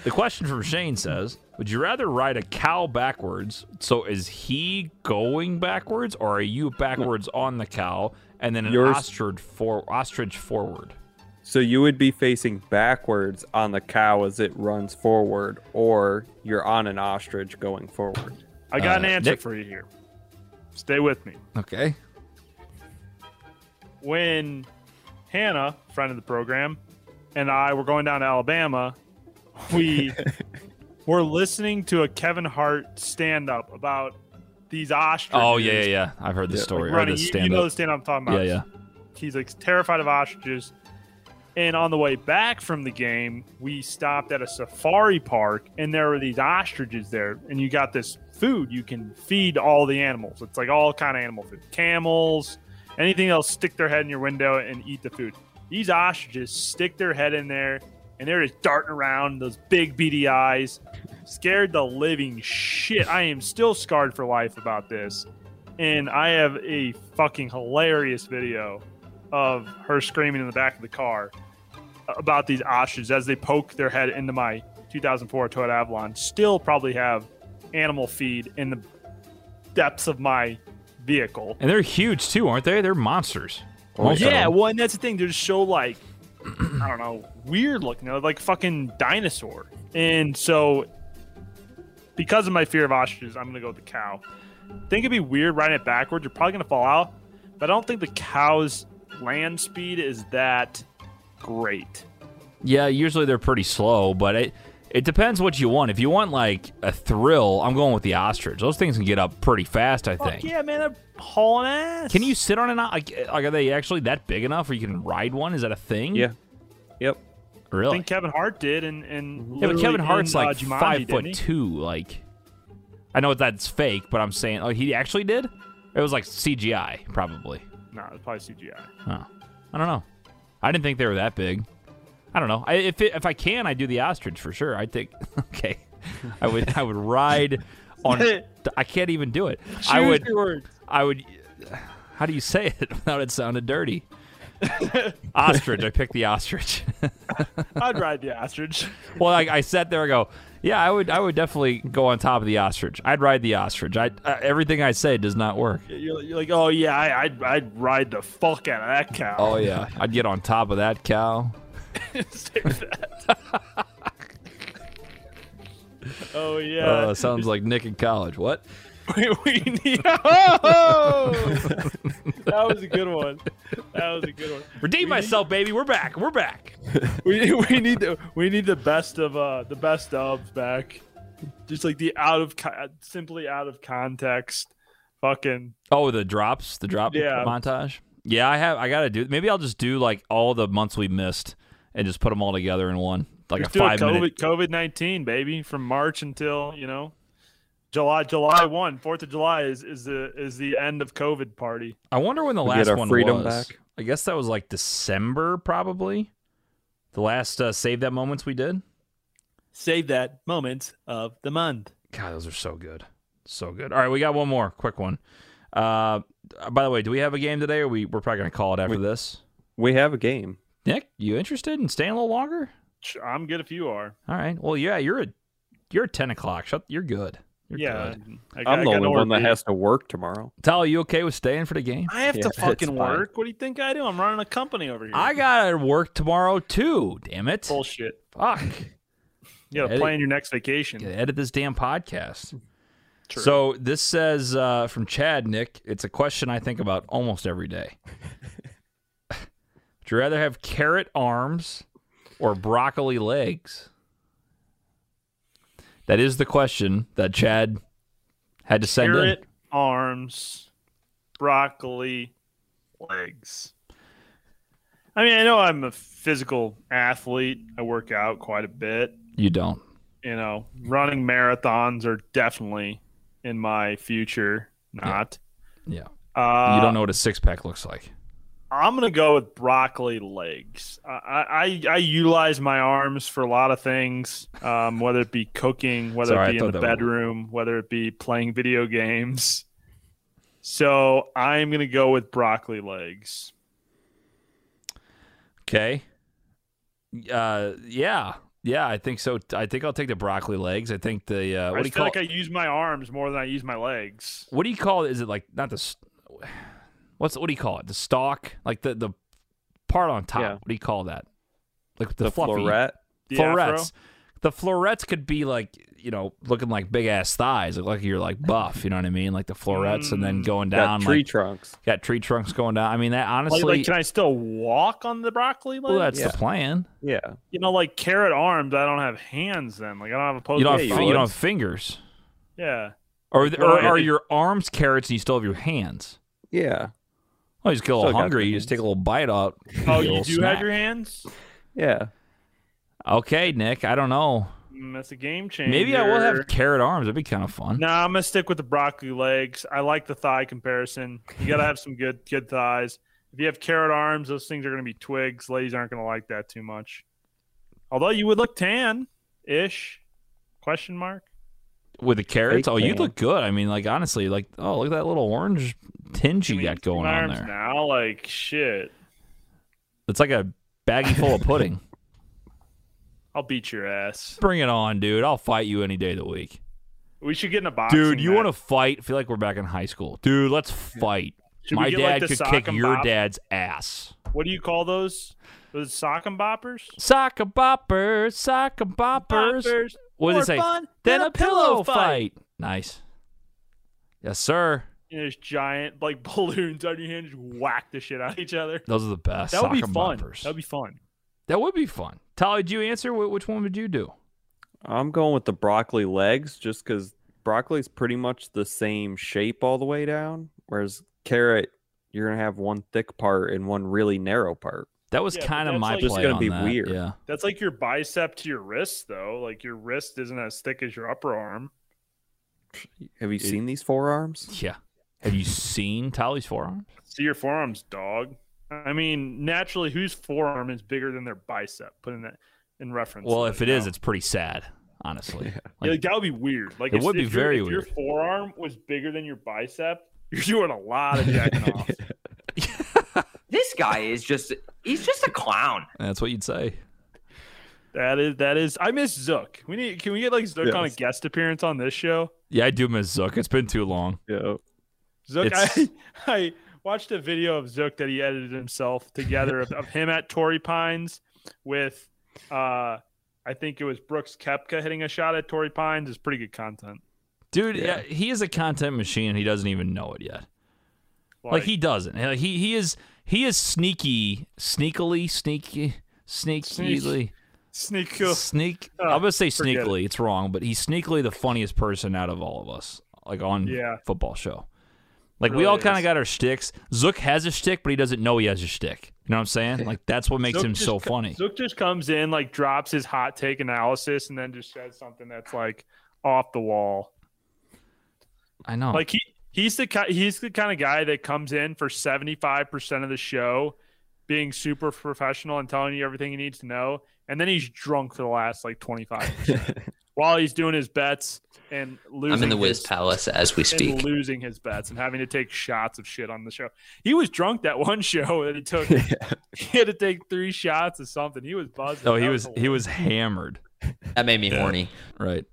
the question from Shane says, "Would you rather ride a cow backwards? So is he going backwards, or are you backwards on the cow, and then an
Yours-
ostrich for ostrich forward?"
So you would be facing backwards on the cow as it runs forward, or you're on an ostrich going forward.
I got an
Uh,
answer
Nick-
for you here. Stay with me.
Okay.
When Hannah, friend of the program, and I were going down to Alabama, we were listening to a Kevin Hart stand up about these ostriches.
Oh yeah, yeah, yeah. I've heard this story. I
Like,
heard
running-
this
you-
stand
you know
up.
the stand I'm talking about.
Yeah, yeah.
He's like terrified of ostriches. And on the way back from the game, we stopped at a safari park and there were these ostriches there. And you got this food you can feed all the animals. It's like all kind of animal food. Camels, anything else, stick their head in your window and eat the food. These ostriches stick their head in there and they're just darting around, those big beady eyes. Scared the living shit. I am still scarred for life about this and I have a fucking hilarious video of her screaming in the back of the car about these ostriches as they poke their head into my 2004 Toyota Avalon. Still probably have animal feed in the depths of my vehicle.
And they're huge too, aren't they? They're monsters. Most of
yeah,
them.
well, and that's the thing. They're so like, I don't know, weird looking. They're like fucking dinosaur. And so, because of my fear of ostriches, I'm gonna go with the cow. think it'd be weird riding it backwards. You're probably gonna fall out, but I don't think the cow's land speed is that great.
Yeah, usually they're pretty slow, but it it depends what you want. If you want like a thrill, I'm going with the ostrich. Those things can get up pretty fast, I think.
Fuck yeah, man, I'm hauling ass.
Can you sit on an o- like, like are they actually that big enough where you can ride one? Is that a thing?
Yeah. Yep.
I
Really?
think Kevin Hart did, and and
Yeah, but
literally
Kevin Hart's
in, uh,
like
Jumanji,
five
didn't
foot
he?
two. Like, I know that's fake, but I'm saying, oh, he actually did. It was like CGI, probably.
Nah, it's probably CGI.
Huh. I don't know. I didn't think they were that big. I don't know. I, if it, if I can, I do the ostrich for sure. I think. Okay, I would I would ride on. I can't even do it. I
Choose
would.
your words.
I would. How do you say it without it sounding dirty? ostrich. I picked the ostrich.
I'd ride the ostrich.
well, I, I sat there and go, yeah, I would. I would definitely go on top of the ostrich. I'd ride the ostrich. I uh, everything I say does not work.
You're, you're like, oh yeah, I, I'd I'd ride the fuck out of that cow.
Oh yeah, I'd get on top of that cow.
Say that. oh yeah.
Uh, sounds like Nick in college. What?
we, we need. Oh! that was a good one. That was a good one.
Redeem myself, baby. We're back. We're back.
We, we need the we need the best of uh the best of back, just like the out of co- simply out of context, fucking
Oh, the drops, the drop
Yeah.
montage. Yeah, I have. I gotta do. Maybe I'll just do like all the months we missed and just put them all together in one, like
Let's
a
do
five
COVID,
minute.
COVID nineteen, baby, from March until you know July. July one, Fourth of July is is the is the end of COVID party.
I wonder when the
We get
last
our
one
freedom
was.
back.
I guess that was like December, probably. The last uh, save that moments we did.
Save that moment of the month.
God, those are so good, so good. All right, we got one more quick one. Uh, by the way, do we have a game today? Or we we're probably gonna call it after this.
We have a game.
Nick, you interested in staying a little longer?
I'm good if you are.
All right. Well, yeah, you're a you're a ten o'clock. Shut. You're good. You're
Yeah,
good.
I
I'm the only one that has to work tomorrow.
Tal, you okay with staying for the game?
I have
to
it's
fucking
fine.
work.
What do you think I do? I'm running a company over here.
I gotta work tomorrow too. Damn it!
Bullshit.
Fuck.
You gotta
Edit-
plan your next vacation.
Gotta edit this damn podcast. So this says uh, from Chad Nick. It's a question I think about almost every day. Would you rather have carrot arms or broccoli legs? That is the question that Chad had to send in.
Carrot arms, broccoli, legs. I mean, I know I'm a physical athlete. I work out quite a bit.
You don't.
You know, running marathons are definitely in my future. Not.
Yeah.
Uh,
you don't know what a six pack looks like.
I'm gonna go with broccoli legs. I, I I utilize my arms for a lot of things, um, whether it be cooking, whether
Sorry, I
it be
thought
in the
that was-
bedroom, whether it be playing video games. So I'm gonna go with broccoli legs.
Okay. Uh, yeah, yeah, I think so. I think I'll take the broccoli legs. I think the uh,
I
what do you
just
call?
feel like I use my arms more than I use my legs.
what do you call it? Is it like not the s- what's what do you call it? The stalk, like the the part on top.
Yeah.
What do you call that? Like the,
The
fluffy
floret?
The
florets.
afro?
The florets could be like you know looking like big ass thighs, like, like you're like buff. You know what I mean? Like the florets, and
Mm.
then going
Got
down
tree
like,
trunks.
Got tree trunks going down. I mean that
Like-
honestly.
like, can I still walk on the broccoli legs?
well, that's the plan.
Yeah.
You know, like carrot arms. I don't have hands. Then, like I don't have opposable.
You don't, have,
thumbs.
fi- you don't have fingers.
Yeah.
Or, th-
Well,
or
I-
are your arms carrots and you still have your hands?
Yeah.
Oh, you just get a little
Still got
hungry.
your
You just take a little bite out.
Oh,
a
you
little
do
snack.
have your hands.
Yeah.
Okay, Nick. I don't know.
Mm, That's a game changer.
Maybe I will have carrot arms. That'd be kind of fun.
No, I'm gonna stick with the broccoli legs. I like the thigh comparison. You gotta have some good good thighs. If you have carrot arms, those things are gonna be twigs. Ladies aren't gonna like that too much. Although you would look tan, ish? Question mark.
With the carrots.
Fake
Oh, you
tan.
look good. I mean, like honestly, like oh, look at that little orange tinge you got going
My
on
arms
there.
now, like shit.
It's like a baggie full of pudding.
I'll beat your ass.
Bring it on, dude. I'll fight you any day of the week.
We should get in a box.
Dude, you want to fight? feel like we're back in high school. Dude, let's fight.
Should we
My
get, like,
dad
the
could
sock
kick
and
your
bop?
dad's ass.
What do you call those? Those sock and boppers?
Sock a boppers, sock a boppers.
Boppers.
What did
More
it say?
fun
then
than
a pillow fight. Nice. Yes, sir.
And there's giant like balloons on your hand, just whack the shit out of each other.
Those are the best.
That would be
sock and
fun.
boppers.
That would be fun.
That would be fun. Tali, did you answer? Wh- Which one would you do?
I'm going with the broccoli legs just because broccoli's pretty much the same shape all the way down, whereas carrot, you're gonna have one thick part and one really narrow part.
That was
Yeah, but
kind of
that's
my
like-
Just
play
gonna
on
be
that,
weird.
Yeah.
That's like your bicep to your wrist, though. Like your wrist isn't as thick as your upper arm.
Have you seen these forearms?
Yeah. Have you seen Tali's forearms?
See your forearms, dog. I mean, naturally, whose forearm is bigger than their bicep? Putting that in reference.
Well,
to
if
it
it is,
now.
it's pretty sad, honestly.
Yeah,
Like,
like, that would be weird. Like
It
if-
would be
if your-
very
if Your
weird.
forearm was bigger than your bicep. You're doing a lot of jacking off.
This guy is just he's just a clown.
that's what you'd say.
That is that is. I miss Zook. We need. Can we get like Zook on a
Yes.
guest appearance on this show?
Yeah, I do miss Zook. It's been too long.
Yeah.
Zook,
It's-
I, I watched a video of Zook that he edited himself together of, of him at Torrey Pines with, uh, I think it was Brooks Kepka hitting a shot at Torrey Pines. It's pretty good content.
Dude, yeah. he is a content machine and he doesn't even know it yet. Like,
Like-
he doesn't. Like, He he is he is sneaky, sneakily, sneaky, sneakily,
Sneak.
sneak.
Oh,
I'm gonna say
forget it.
sneakily. It's wrong, but he's sneakily the funniest person out of all of us. Like on
Yeah.
football show. Like we
Really
all kind
is.
of got our sticks. Zook has a stick, but he doesn't know he has a stick. You know what I'm saying? Like that's what makes
Zook
him
just
so
co-
funny.
Zook just comes in, like drops his hot take analysis, and then just says something that's like off the wall.
I know.
Like he he's the ki- he's the kind of guy that comes in for seventy five percent of the show, being super professional and telling you everything you need to know, and then he's drunk for the last like twenty five. while he's doing his bets and losing.
I'm in the Wiz
his-
Palace as we
and
speak.
losing his bets and having to take shots of shit on the show. He was drunk that one show that he took. He had to take three shots of something. He was buzzing.
Oh,
That
he was he was hammered. That made me horny. Right.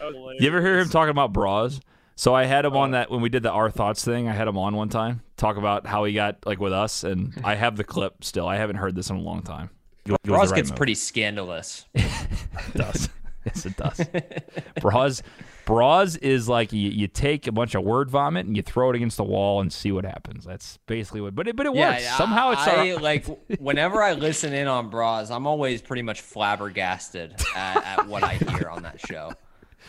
You ever hear him talking about bras? So I had him on that when we did the our thoughts thing. I had him on one time talk about how he got like with us, and I have the clip still. I haven't heard this in a long time. It was the
Ross
right
gets
move.
pretty scandalous.
It does. yes, it does. Bras, bras is like you, you take a bunch of word vomit and you throw it against the wall and see what happens. That's basically what. But it, but it
Yeah,
works
I-
somehow. It's
I,
our,
like whenever I listen in on bras, I'm always pretty much flabbergasted at, at what I hear on that show.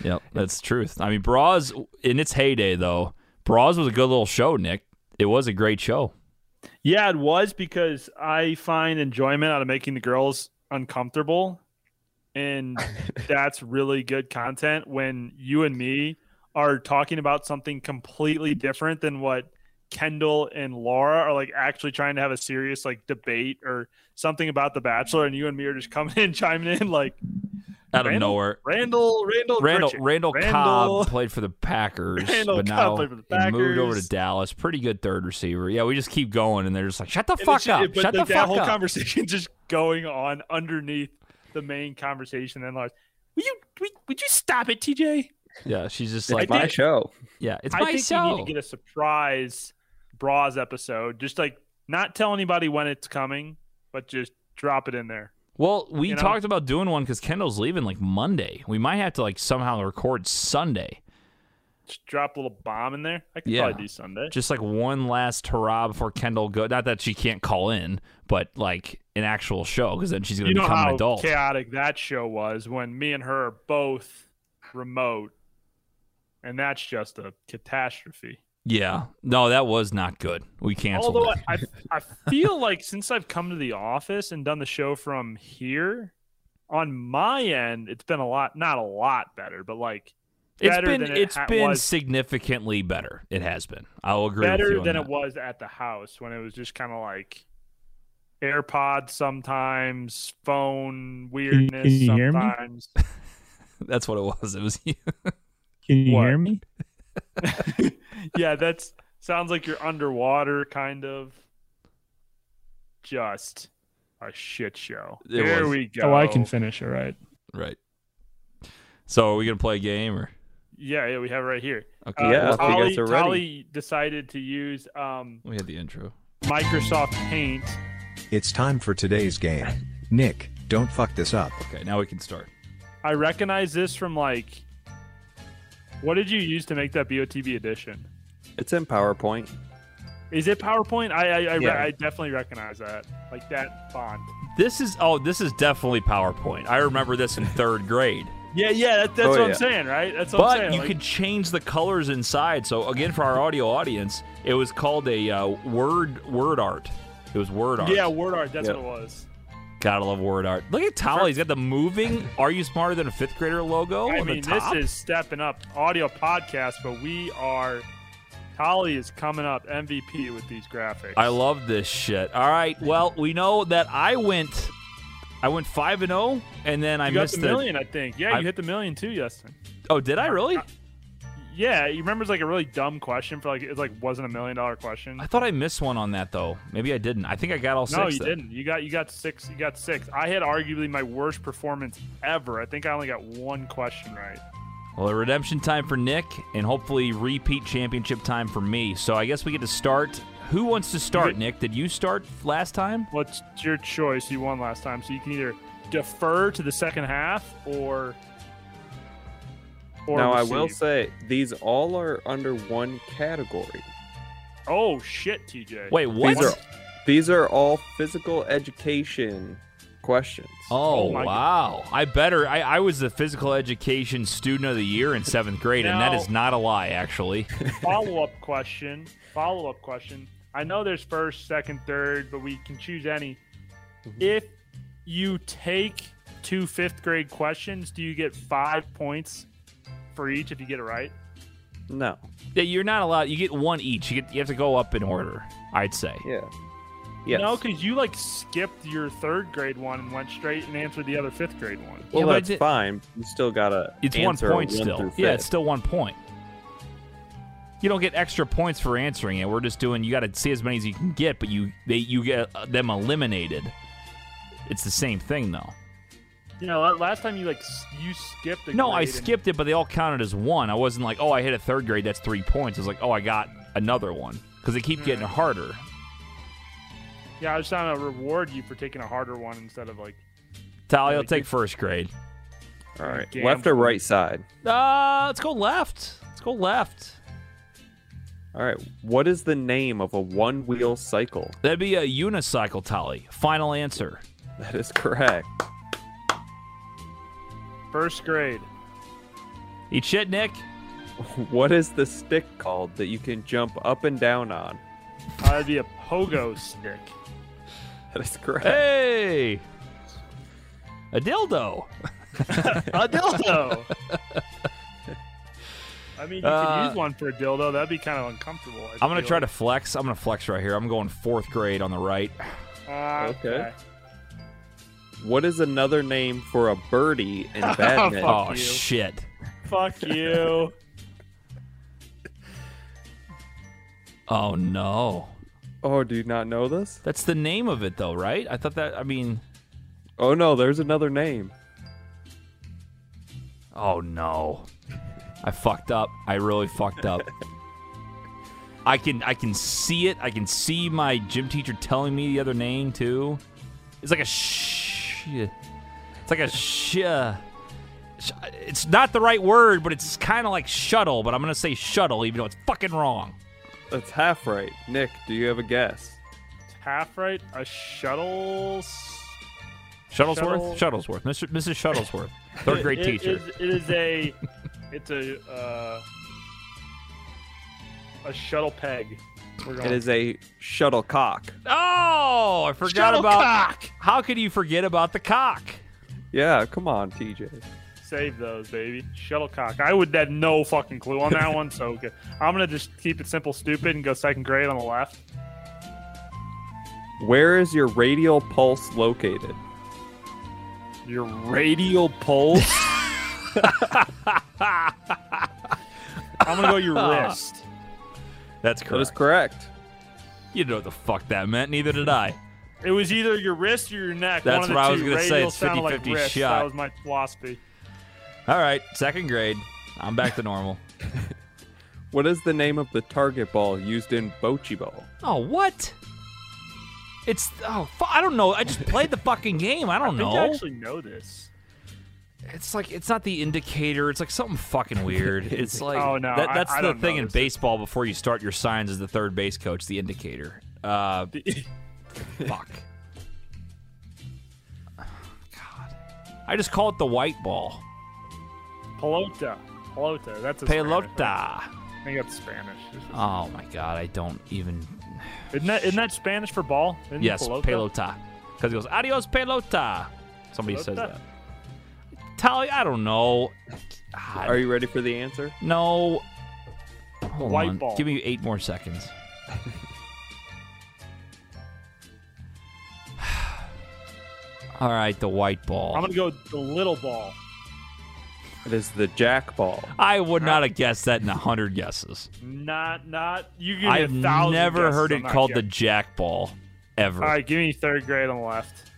Yep, that's the truth. I mean, Bras in its heyday, though, Bras was a good little show, Nick. It was a great show.
Yeah, it was because I find enjoyment out of making the girls uncomfortable. And that's really good content when you and me are talking about something completely different than what Kendall and Laura are like actually trying to have a serious like debate or something about The Bachelor, and you and me are just coming in chiming in like
Out of
Randall-
nowhere.
Randall, Randall,
Randall
Pritchard.
Randall,
Randall-
Cobb played for the Packers,
Randall
but
Cobb
now
played for the
he moved over
Packers.
to Dallas. Pretty good third receiver. Yeah, we just keep going, and they're just like, "Shut the
And
fuck
it's-
up!
it- but
Shut the,
like, that
fuck
whole
up!"
conversation just going on underneath the main conversation. And like, will you would, would you stop it, TJ?
yeah, she's just
It's
like
my show.
Yeah, it's
I
my
think
show.
you need to get a surprise bras episode. Just like not tell anybody when it's coming, but just drop it in there.
well, we
you know?
talked about doing one because Kendall's leaving like Monday. We might have to like somehow record Sunday.
Just drop a little bomb in there. I could
Yeah.
probably do Sunday.
Just like one last hurrah before Kendall go. Not that she can't call in, but like an actual show because then she's going
you
to
know
become
how
an adult.
chaotic that show was when me and her are both remote, and that's just a catastrophe.
yeah. No, that was not good. We canceled
Although
it.
I, I feel like since I've come to the office and done the show from here, on my end, it's been a lot, not a lot better, but like
It's
better
been
than it
it's
ha-
been
was,
significantly better. It has been. I'll agree. with you
better
on
than
that.
it was at the house when it was just kind of like AirPods sometimes, phone weirdness
you hear me?
sometimes.
That's what it was. It was you.
Can you hear me?
yeah, that's sounds like you're underwater, kind of. Just a shit show.
It
there
was.
we go.
Oh, I can finish. All right.
Right. So are we gonna play a game or?
Yeah, yeah, we have it right here. Uh,
Okay. Yeah, Uh, if you
Tali,
guys are ready.
Tali decided to use um,
We had the intro.
Microsoft Paint.
It's time for today's game. Nick, don't fuck this up.
Okay, now we can start.
I recognize this from like, what did you use to make that BOTB edition?
It's in PowerPoint.
Is it PowerPoint? I I, I, re-
Yeah.
I definitely recognize that, like that font.
This is oh, this is definitely PowerPoint. I remember this in third grade.
Yeah, yeah, that, that's
Oh,
what I'm
yeah.
saying, right? That's what I'm
But
saying.
you
like-
could change the colors inside. So again, for our audio audience, it was called a uh, word word art. It was word art.
yeah, word art. That's
Yep.
what it was.
Gotta love word art. Look at Tala. He's got the moving "Are You Smarter Than a Fifth Grader" logo
I
Oh, on
mean,
the top.
this is stepping up audio podcast, but we are. Tali is coming up MVP with these graphics.
I love this shit. All right. Well, we know that I went, I went five and zero, and then I
you got
missed
the
the-
million, Uh, I think. Yeah, you
I-
hit the million too, Justin.
Oh, did I really?
Yeah, you remember it's like a really dumb question for like it like wasn't a million dollar question.
I thought I missed one on that though. Maybe I didn't. I think I got all six.
no, you
though.
didn't. You got you got six. You got six. I had arguably my worst performance ever. I think I only got one question right.
Well, a redemption time for Nick, and hopefully repeat championship time for me. So I guess we get to start. Who wants to start, Nick? Did you start last time?
What's your choice? You won last time, so you can either defer to the second half or. or
now
receive.
I will say these all are under one category.
Oh shit, TJ.
These are, these are all physical education questions.
Oh, wow! I better. I, I was the physical education student of the year in seventh grade, and that
Now-
is not a lie, actually.
follow up question. Follow up question. I know there's first, second, third, but we can choose any.
Mm-hmm.
If you take two fifth grade questions, do you get five points for each if you get it right?
No.
Yeah, you're not allowed. You get one each. You get. You have to go up in order. I'd say.
Yeah. Yes.
No, because you like skipped your third grade one and went straight and answered the other fifth grade one.
Well, that's fine. You still gotta.
It's one
answer
point
through
still. Yeah,
fifth.
it's still one point. You don't get extra points for answering it. We're just doing. You got to see as many as you can get, but you they you get uh, them eliminated. It's the same thing though.
You know, la- last time you like s- you skipped. A
No, I
grade and-
skipped it, but they all counted as one. I wasn't like, oh, I hit a third grade. That's three points. It's like, oh, I got another one because they keep getting harder.
Yeah, I was trying to reward you for taking a harder one instead of like.
Tally, I'll take first grade.
All right,
Gamble.
left or right side?
Uh, let's go left. Let's go left.
All right. What is the name of a one wheel cycle?
That'd be a unicycle tally. Final answer.
That is correct.
First grade.
Eat shit, Nick.
What is the stick called that you can jump up and down on?
Uh, that'd be a pogo stick.
That is correct.
Hey, a dildo.
a dildo. I mean, you
Uh,
could use one for a dildo. That'd be kind of uncomfortable. I
I'm gonna
feel
try to
like.
flex. I'm gonna flex right here. I'm going fourth grade on the right.
Ah,
Okay. What is another name for a birdie in
Oh,
badminton?
fuck
Oh
you.
shit.
Fuck you.
Oh no.
Oh, do you not know this?
That's the name of it though, right? I thought that. I mean.
Oh no, there's another name.
Oh no. I fucked up. I really fucked up. I can I can see it. I can see my gym teacher telling me the other name too. It's like a sh. It's like a sh. sh- It's not the right word, but it's kind of like shuttle. But I'm gonna say shuttle, even though it's fucking wrong.
That's half right. Nick, do you have a guess?
Half right, a shuttle. s-
Shuttlesworth,
Shuttle-
Shuttlesworth, Mr. Mrs. Shuttlesworth, third grade
It- it
teacher.
is- it is a. It's a. Uh, a shuttle peg. We're
It is a shuttlecock.
Oh, I forgot about. How could you forget about the cock?
Yeah, come on, TJ.
Save those, baby. Shuttlecock. I would have no fucking clue on that one, so good. I'm gonna just keep it simple, stupid, and go second grade on the left.
Where is your radial pulse located?
Your
radial pulse?
I'm gonna go your wrist.
That's
That is
correct.
correct.
You didn't know what the fuck that meant. Neither did I.
It was either your wrist or your neck.
That's
one of the
what I
two.
was gonna say.
Radial
It's 50-50
sounded like wrist.
shot.
That was my philosophy.
All right, second grade. I'm back to normal.
What is the name of the target ball used in bocce ball?
oh, what? It's oh, fu- I don't know. I just played the fucking game. I don't
I think
know.
I actually know this.
it's like it's not the indicator. It's like something fucking weird. It's like
Oh, no,
that,
I-
that's
I
the
don't
thing
know
in
this.
baseball. Before you start your signs as the third base coach, the indicator. Uh, fuck. God. I just call it the white ball.
Pelota. Pelota. That's a
Pelota.
Spanish. I think that's Spanish.
Oh my god, I don't even.
Isn't that, isn't that Spanish for ball? Isn't it
yes, pelota. Because he goes, adios pelota. Somebody says
Pelota.
that. Tally, I don't know. God.
Are you ready for the answer?
No. Hold
White
on.
ball.
Give me eight more seconds. All right, the white ball.
I'm gonna go with the little ball.
It is the jack ball.
I would not have guessed that in a hundred guesses.
Not not you. Give me
I've
a thousand
never
guesses.
heard
I'm
it
not
called the
guessing.
jack ball ever.
All right, give me third grade on the left.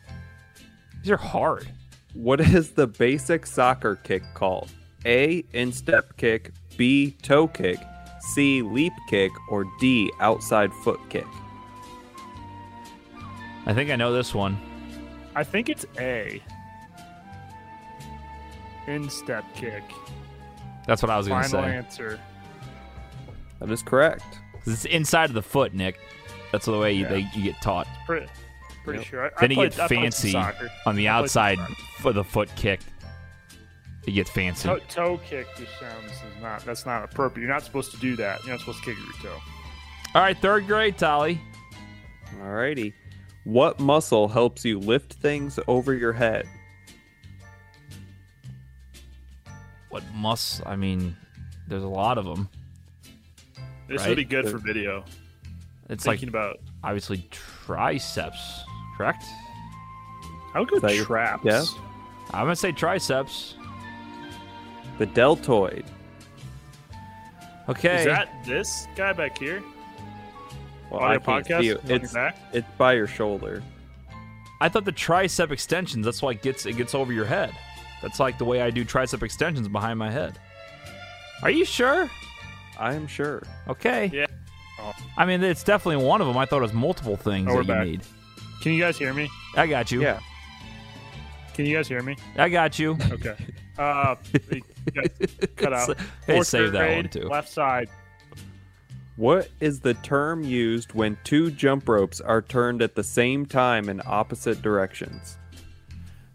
These are hard.
What is the basic soccer kick called? A. Instep kick. B. Toe kick. C. Leap kick. Or D. Outside foot kick.
I think I know this one.
I think it's A. Instep kick.
That's what I was going to
Final
say.
answer.
That is correct.
'Cause It's inside of the foot, Nick. That's the way you, they, you get taught.
Pretty, pretty sure. I,
then
I
you
played,
get
I played some
fancy
soccer.
on the
I played some
outside
soccer.
for the foot kick. You get fancy.
Toe, toe kick just sounds is not. That's not appropriate. You're not supposed to do that. You're not supposed to kick your toe.
All right, third grade, Tolly.
Alrighty. What muscle helps you lift things over your head?
What must? I mean, there's a lot of them.
This
Right.
would be good for video.
It's
thinking
like
about?
obviously triceps, correct?
I would go traps.
Yeah.
I'm gonna say triceps.
The deltoid.
Okay.
Is that this guy back here?
Well,
Audio
I can't
podcast?
see you.
Looking
It's
back?
it's by your shoulder.
I thought the tricep extensions. That's why it gets it gets over your head. That's like the way I do tricep extensions behind my head. Are you sure?
I am sure.
Okay.
Yeah.
I mean, it's definitely one of them. I thought it was multiple things
Oh, we're
that you
back.
need.
Can you guys hear me?
I got you.
Yeah.
Can you guys hear me?
I got you.
Okay. Uh, you got cut out.
Hey,
Fourth
save that
grade,
one, too.
Left side.
What is the term used when two jump ropes are turned at the same time in opposite directions?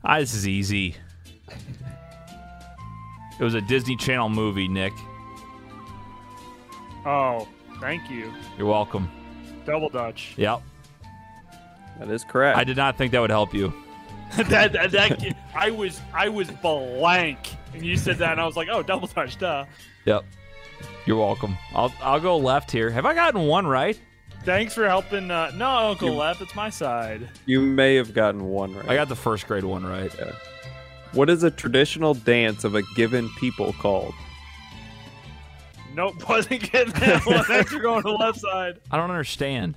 Ah, this is easy. It was a Disney Channel movie, Nick.
Oh, thank you.
You're welcome.
Double Dutch.
Yep.
That is correct.
I did not think that would help you.
that, that, that I was I was blank, and you said that, and I was like, oh, double Dutch, duh.
Yep. You're welcome. I'll I'll go left here. Have I gotten one right?
Thanks for helping. Uh, no, Uncle
You-
Left, it's my side.
You may have gotten one right.
I got the first grade one right.
What is a traditional dance of a given people called?
Nope, wasn't getting that one. Thanks for going to the left side.
I don't understand.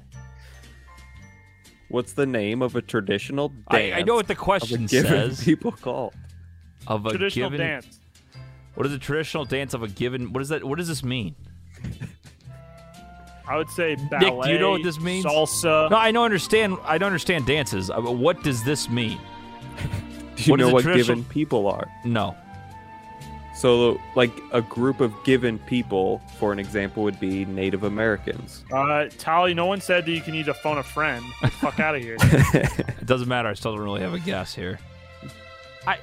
What's the name of a traditional dance?
I- I know what the
of a
question
given
says.
People called.
Of a
Traditional
given,
dance.
What is a traditional dance of a given? What is that? What does this mean?
I would say ballet.
Nick, do you know what this means?
Salsa.
No, I don't understand. I don't understand dances. I- What does this mean?
Do you
What is
know
a
what
traditional-
given people are?
No.
So, like a group of given people, for an example, would be Native Americans.
Uh, Tally, no one said that you can need to phone a friend. Fuck out of here.
It doesn't matter. I still don't really have a guess here. I.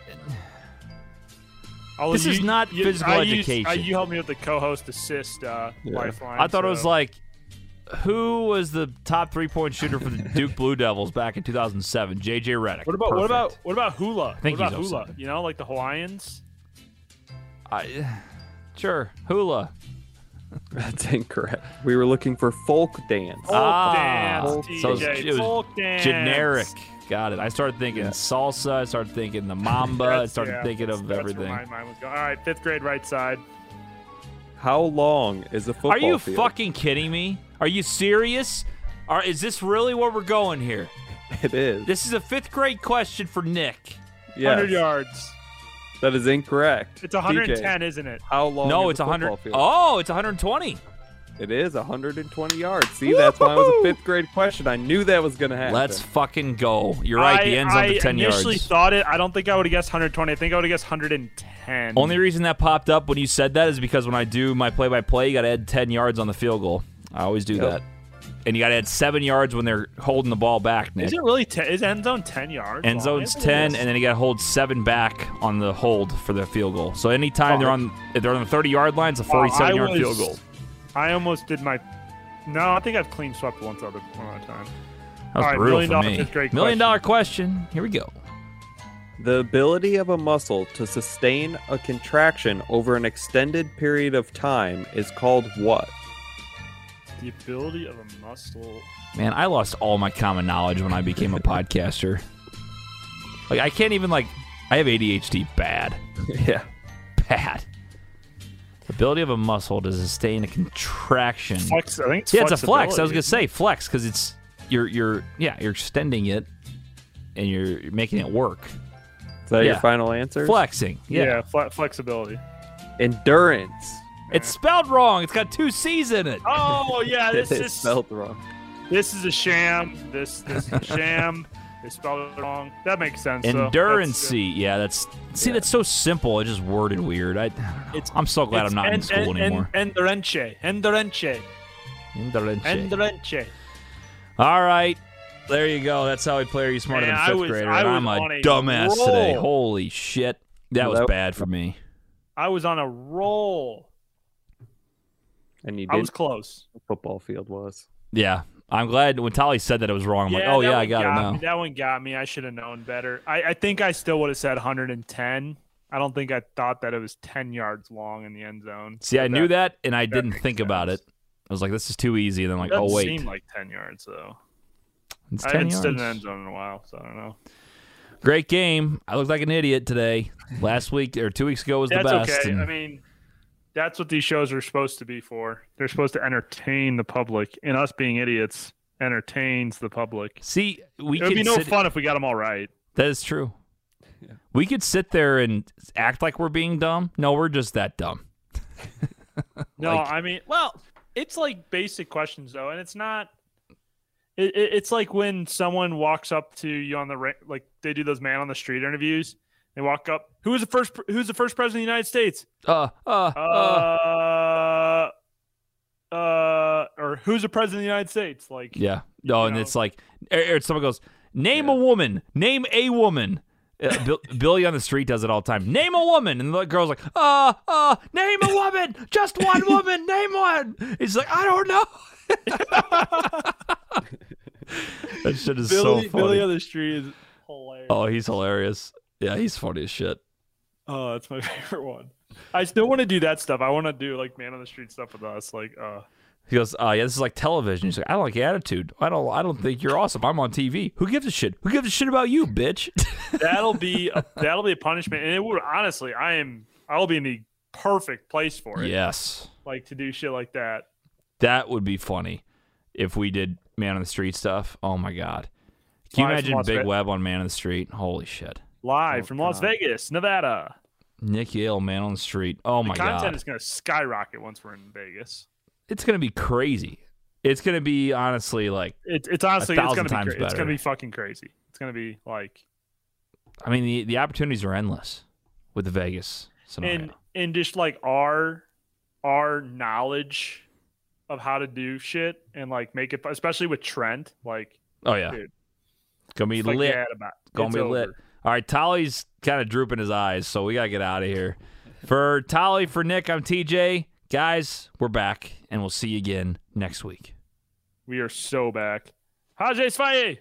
Although
This is not physical
I used-
education.
I- you helped me with the co-host assist uh,
Yeah.
lifeline.
I thought it was
so-
like, who was the top three point shooter for the Duke Blue Devils back in 2007? JJ Redick.
What about
Perfect.
what about what about hula?
think
what about
he's
hula?
upset.
You know, like the Hawaiians.
I, sure, hula.
That's incorrect. We were looking for folk dance.
Oh.
Folk dance,
Ah. so it was,
TJ,
it was
folk dance.
generic. Got it. I started thinking salsa. I started thinking the mamba. I
That's-
started
yeah,
thinking of
that's
everything.
Where my mind was going. All right, fifth grade, right side.
How long is a football
Are you
field?
fucking kidding me? Are you serious? Are, is this really where we're going here?
It is.
This is a fifth grade question for Nick.
Yes,
100 yards.
that is incorrect.
It's 110,
TJ,
isn't it?
How long?
no,
is
it's Oh.
a
100.
football Field?
Oh, it's 120.
It is 120 yards. See, that's why it was a fifth grade question. I knew that was going to happen.
Let's fucking go. You're right. the
I-
end's on
I
the 10
initially
yards.
thought it. I don't think I would have guessed 120. I think I would have guessed 110.
Only reason that popped up when you said that is because when I do my play by play, you got to add 10 yards on the field goal. I always do
Yep.
that. And you got to add seven yards when they're holding the ball back, Nick.
Is it really? Te- is end zone 10 yards?
End
long?
zone's
I think it
10,
is.
and then you got to hold seven back on the hold for the field goal. So anytime they're on if they're on the 30 yard line, it's a
Wow, I
47 yard
was-
field goal.
I almost did my. No, I think I've clean swept once other one other time.
That was
All right,
brutal
million
for
dollar
me.
fifth grade
million
question.
dollar question. Here we go.
The ability of a muscle to sustain a contraction over an extended period of time is called what?
The ability of a muscle.
Man, I lost all my common knowledge when I became a podcaster. Like I can't even like I have ADHD bad.
yeah.
Bad. Ability of a muscle to sustain a contraction.
Flex. I think. It's
yeah, it's a flex. I was
flexibility.
gonna say flex because it's you're you're yeah you're extending it and you're making it work.
Is that
Yeah.
your final answer?
Flexing. Yeah.
Yeah, fle- flexibility.
Endurance.
It's spelled wrong. It's got two C's in it.
Oh yeah, this
it
is
spelled wrong.
this is a sham. This this is a sham. They spelled it wrong. That makes sense. though. That's
Endurance.
good.
yeah, that's see that's so simple. It just worded weird. I, I don't know.
It's-
I'm so glad
It's
I'm not in
en-
school
en- en-
anymore.
Enderenche. Enderenche.
Endurance.
Enderenche.
All right. There you go. That's how I play Are You Smarter
Man,
Than a
I
Fifth
was-
Grader?
I
and
was
I'm a
on a
dumbass today.
roll.
Holy shit. That was
That-
bad for me.
I was on a roll.
And you
I was
didn't
close.
know what football field was.
Yeah. I'm glad when Tali said that it was wrong. I'm like, oh,
that
yeah,
one
I got,
me.
it now.
That one got me. I should have known better. I, I think I still would have said 110. I don't think I thought that it was 10 yards long in the end zone.
See, I
But
knew that and I didn't
makes
think about it.
sense.
I was like, this is too easy. And then like,
Doesn't
oh wait,
seem like ten yards though.
It's
I
10
haven't stood in
yards.
an end zone in a while, so I don't know.
great game. I looked like an idiot today. Last week or two weeks ago was
that's
the best.
okay.
and-
I mean, that's what these shows are supposed to be for. They're supposed to entertain the public, and us being idiots entertains the public.
See, we
it would be
could
no
sit-
fun if we got them all right.
That is true. We could sit there and act like we're being dumb. No, we're just that dumb.
No,
Like-
I mean, well, it's like basic questions though, and it's not. It, it, it's like when someone walks up to you on the ra- like they do those man on the street interviews. They walk up. Who was the first? pr- Who's the first president of the United States?
Uh, uh,
uh, uh, or who's the president of the United States? Like,
Yeah. No, and it's like, or, or someone goes, name a woman, name a woman. Uh, Bill, Billy on the street does it all the time. Name a woman, and the girl's like, uh, uh, name a woman, just one woman, name one. He's like, I don't know. that shit is
Billy,
so funny.
Billy on the street is hilarious.
oh, he's hilarious. Yeah, he's funny as shit.
Oh, that's my favorite one. I still want to do that stuff. I want to do like man on the street stuff with us. Like, uh,
He goes, uh, yeah, this is like television. He's like, I don't like your attitude. I don't, I don't think you're awesome. I'm on TV. Who gives a shit? Who gives a shit about you, bitch?
that'll be a, that'll be a punishment, and it would honestly. I am. I'll be in the perfect place for it.
yes,
Like to do shit like that.
that would be funny if we did man on the street stuff. Oh my god, can you
Live from
imagine
Las
Big
Ve-
Web on man on the street? Holy shit, Oh,
Live from Las Vegas, Nevada.
Nick Yale man on the street. Oh my
the content
god,
is going to skyrocket once we're in Vegas.
it's gonna be crazy. It's gonna be honestly like
It, it's honestly,
a
it's
thousand
going to be
times
cra- it's
better.
going to be fucking crazy. It's going to be like
I mean, the the opportunities are endless with the Vegas scenario.
and and just like our our knowledge of how to do shit and like make it, especially with Trent. Like,
Oh, yeah.
dude,
It's gonna be
Forget
lit.
about-
gonna
it's
be lit.
over.
All right, Tolly's kind of drooping his eyes, so we gotta get out of here. For Tolly, for Nick, I'm TJ. Guys, we're back, and we'll see you again next week.
we are so back. Hajj Sfaye.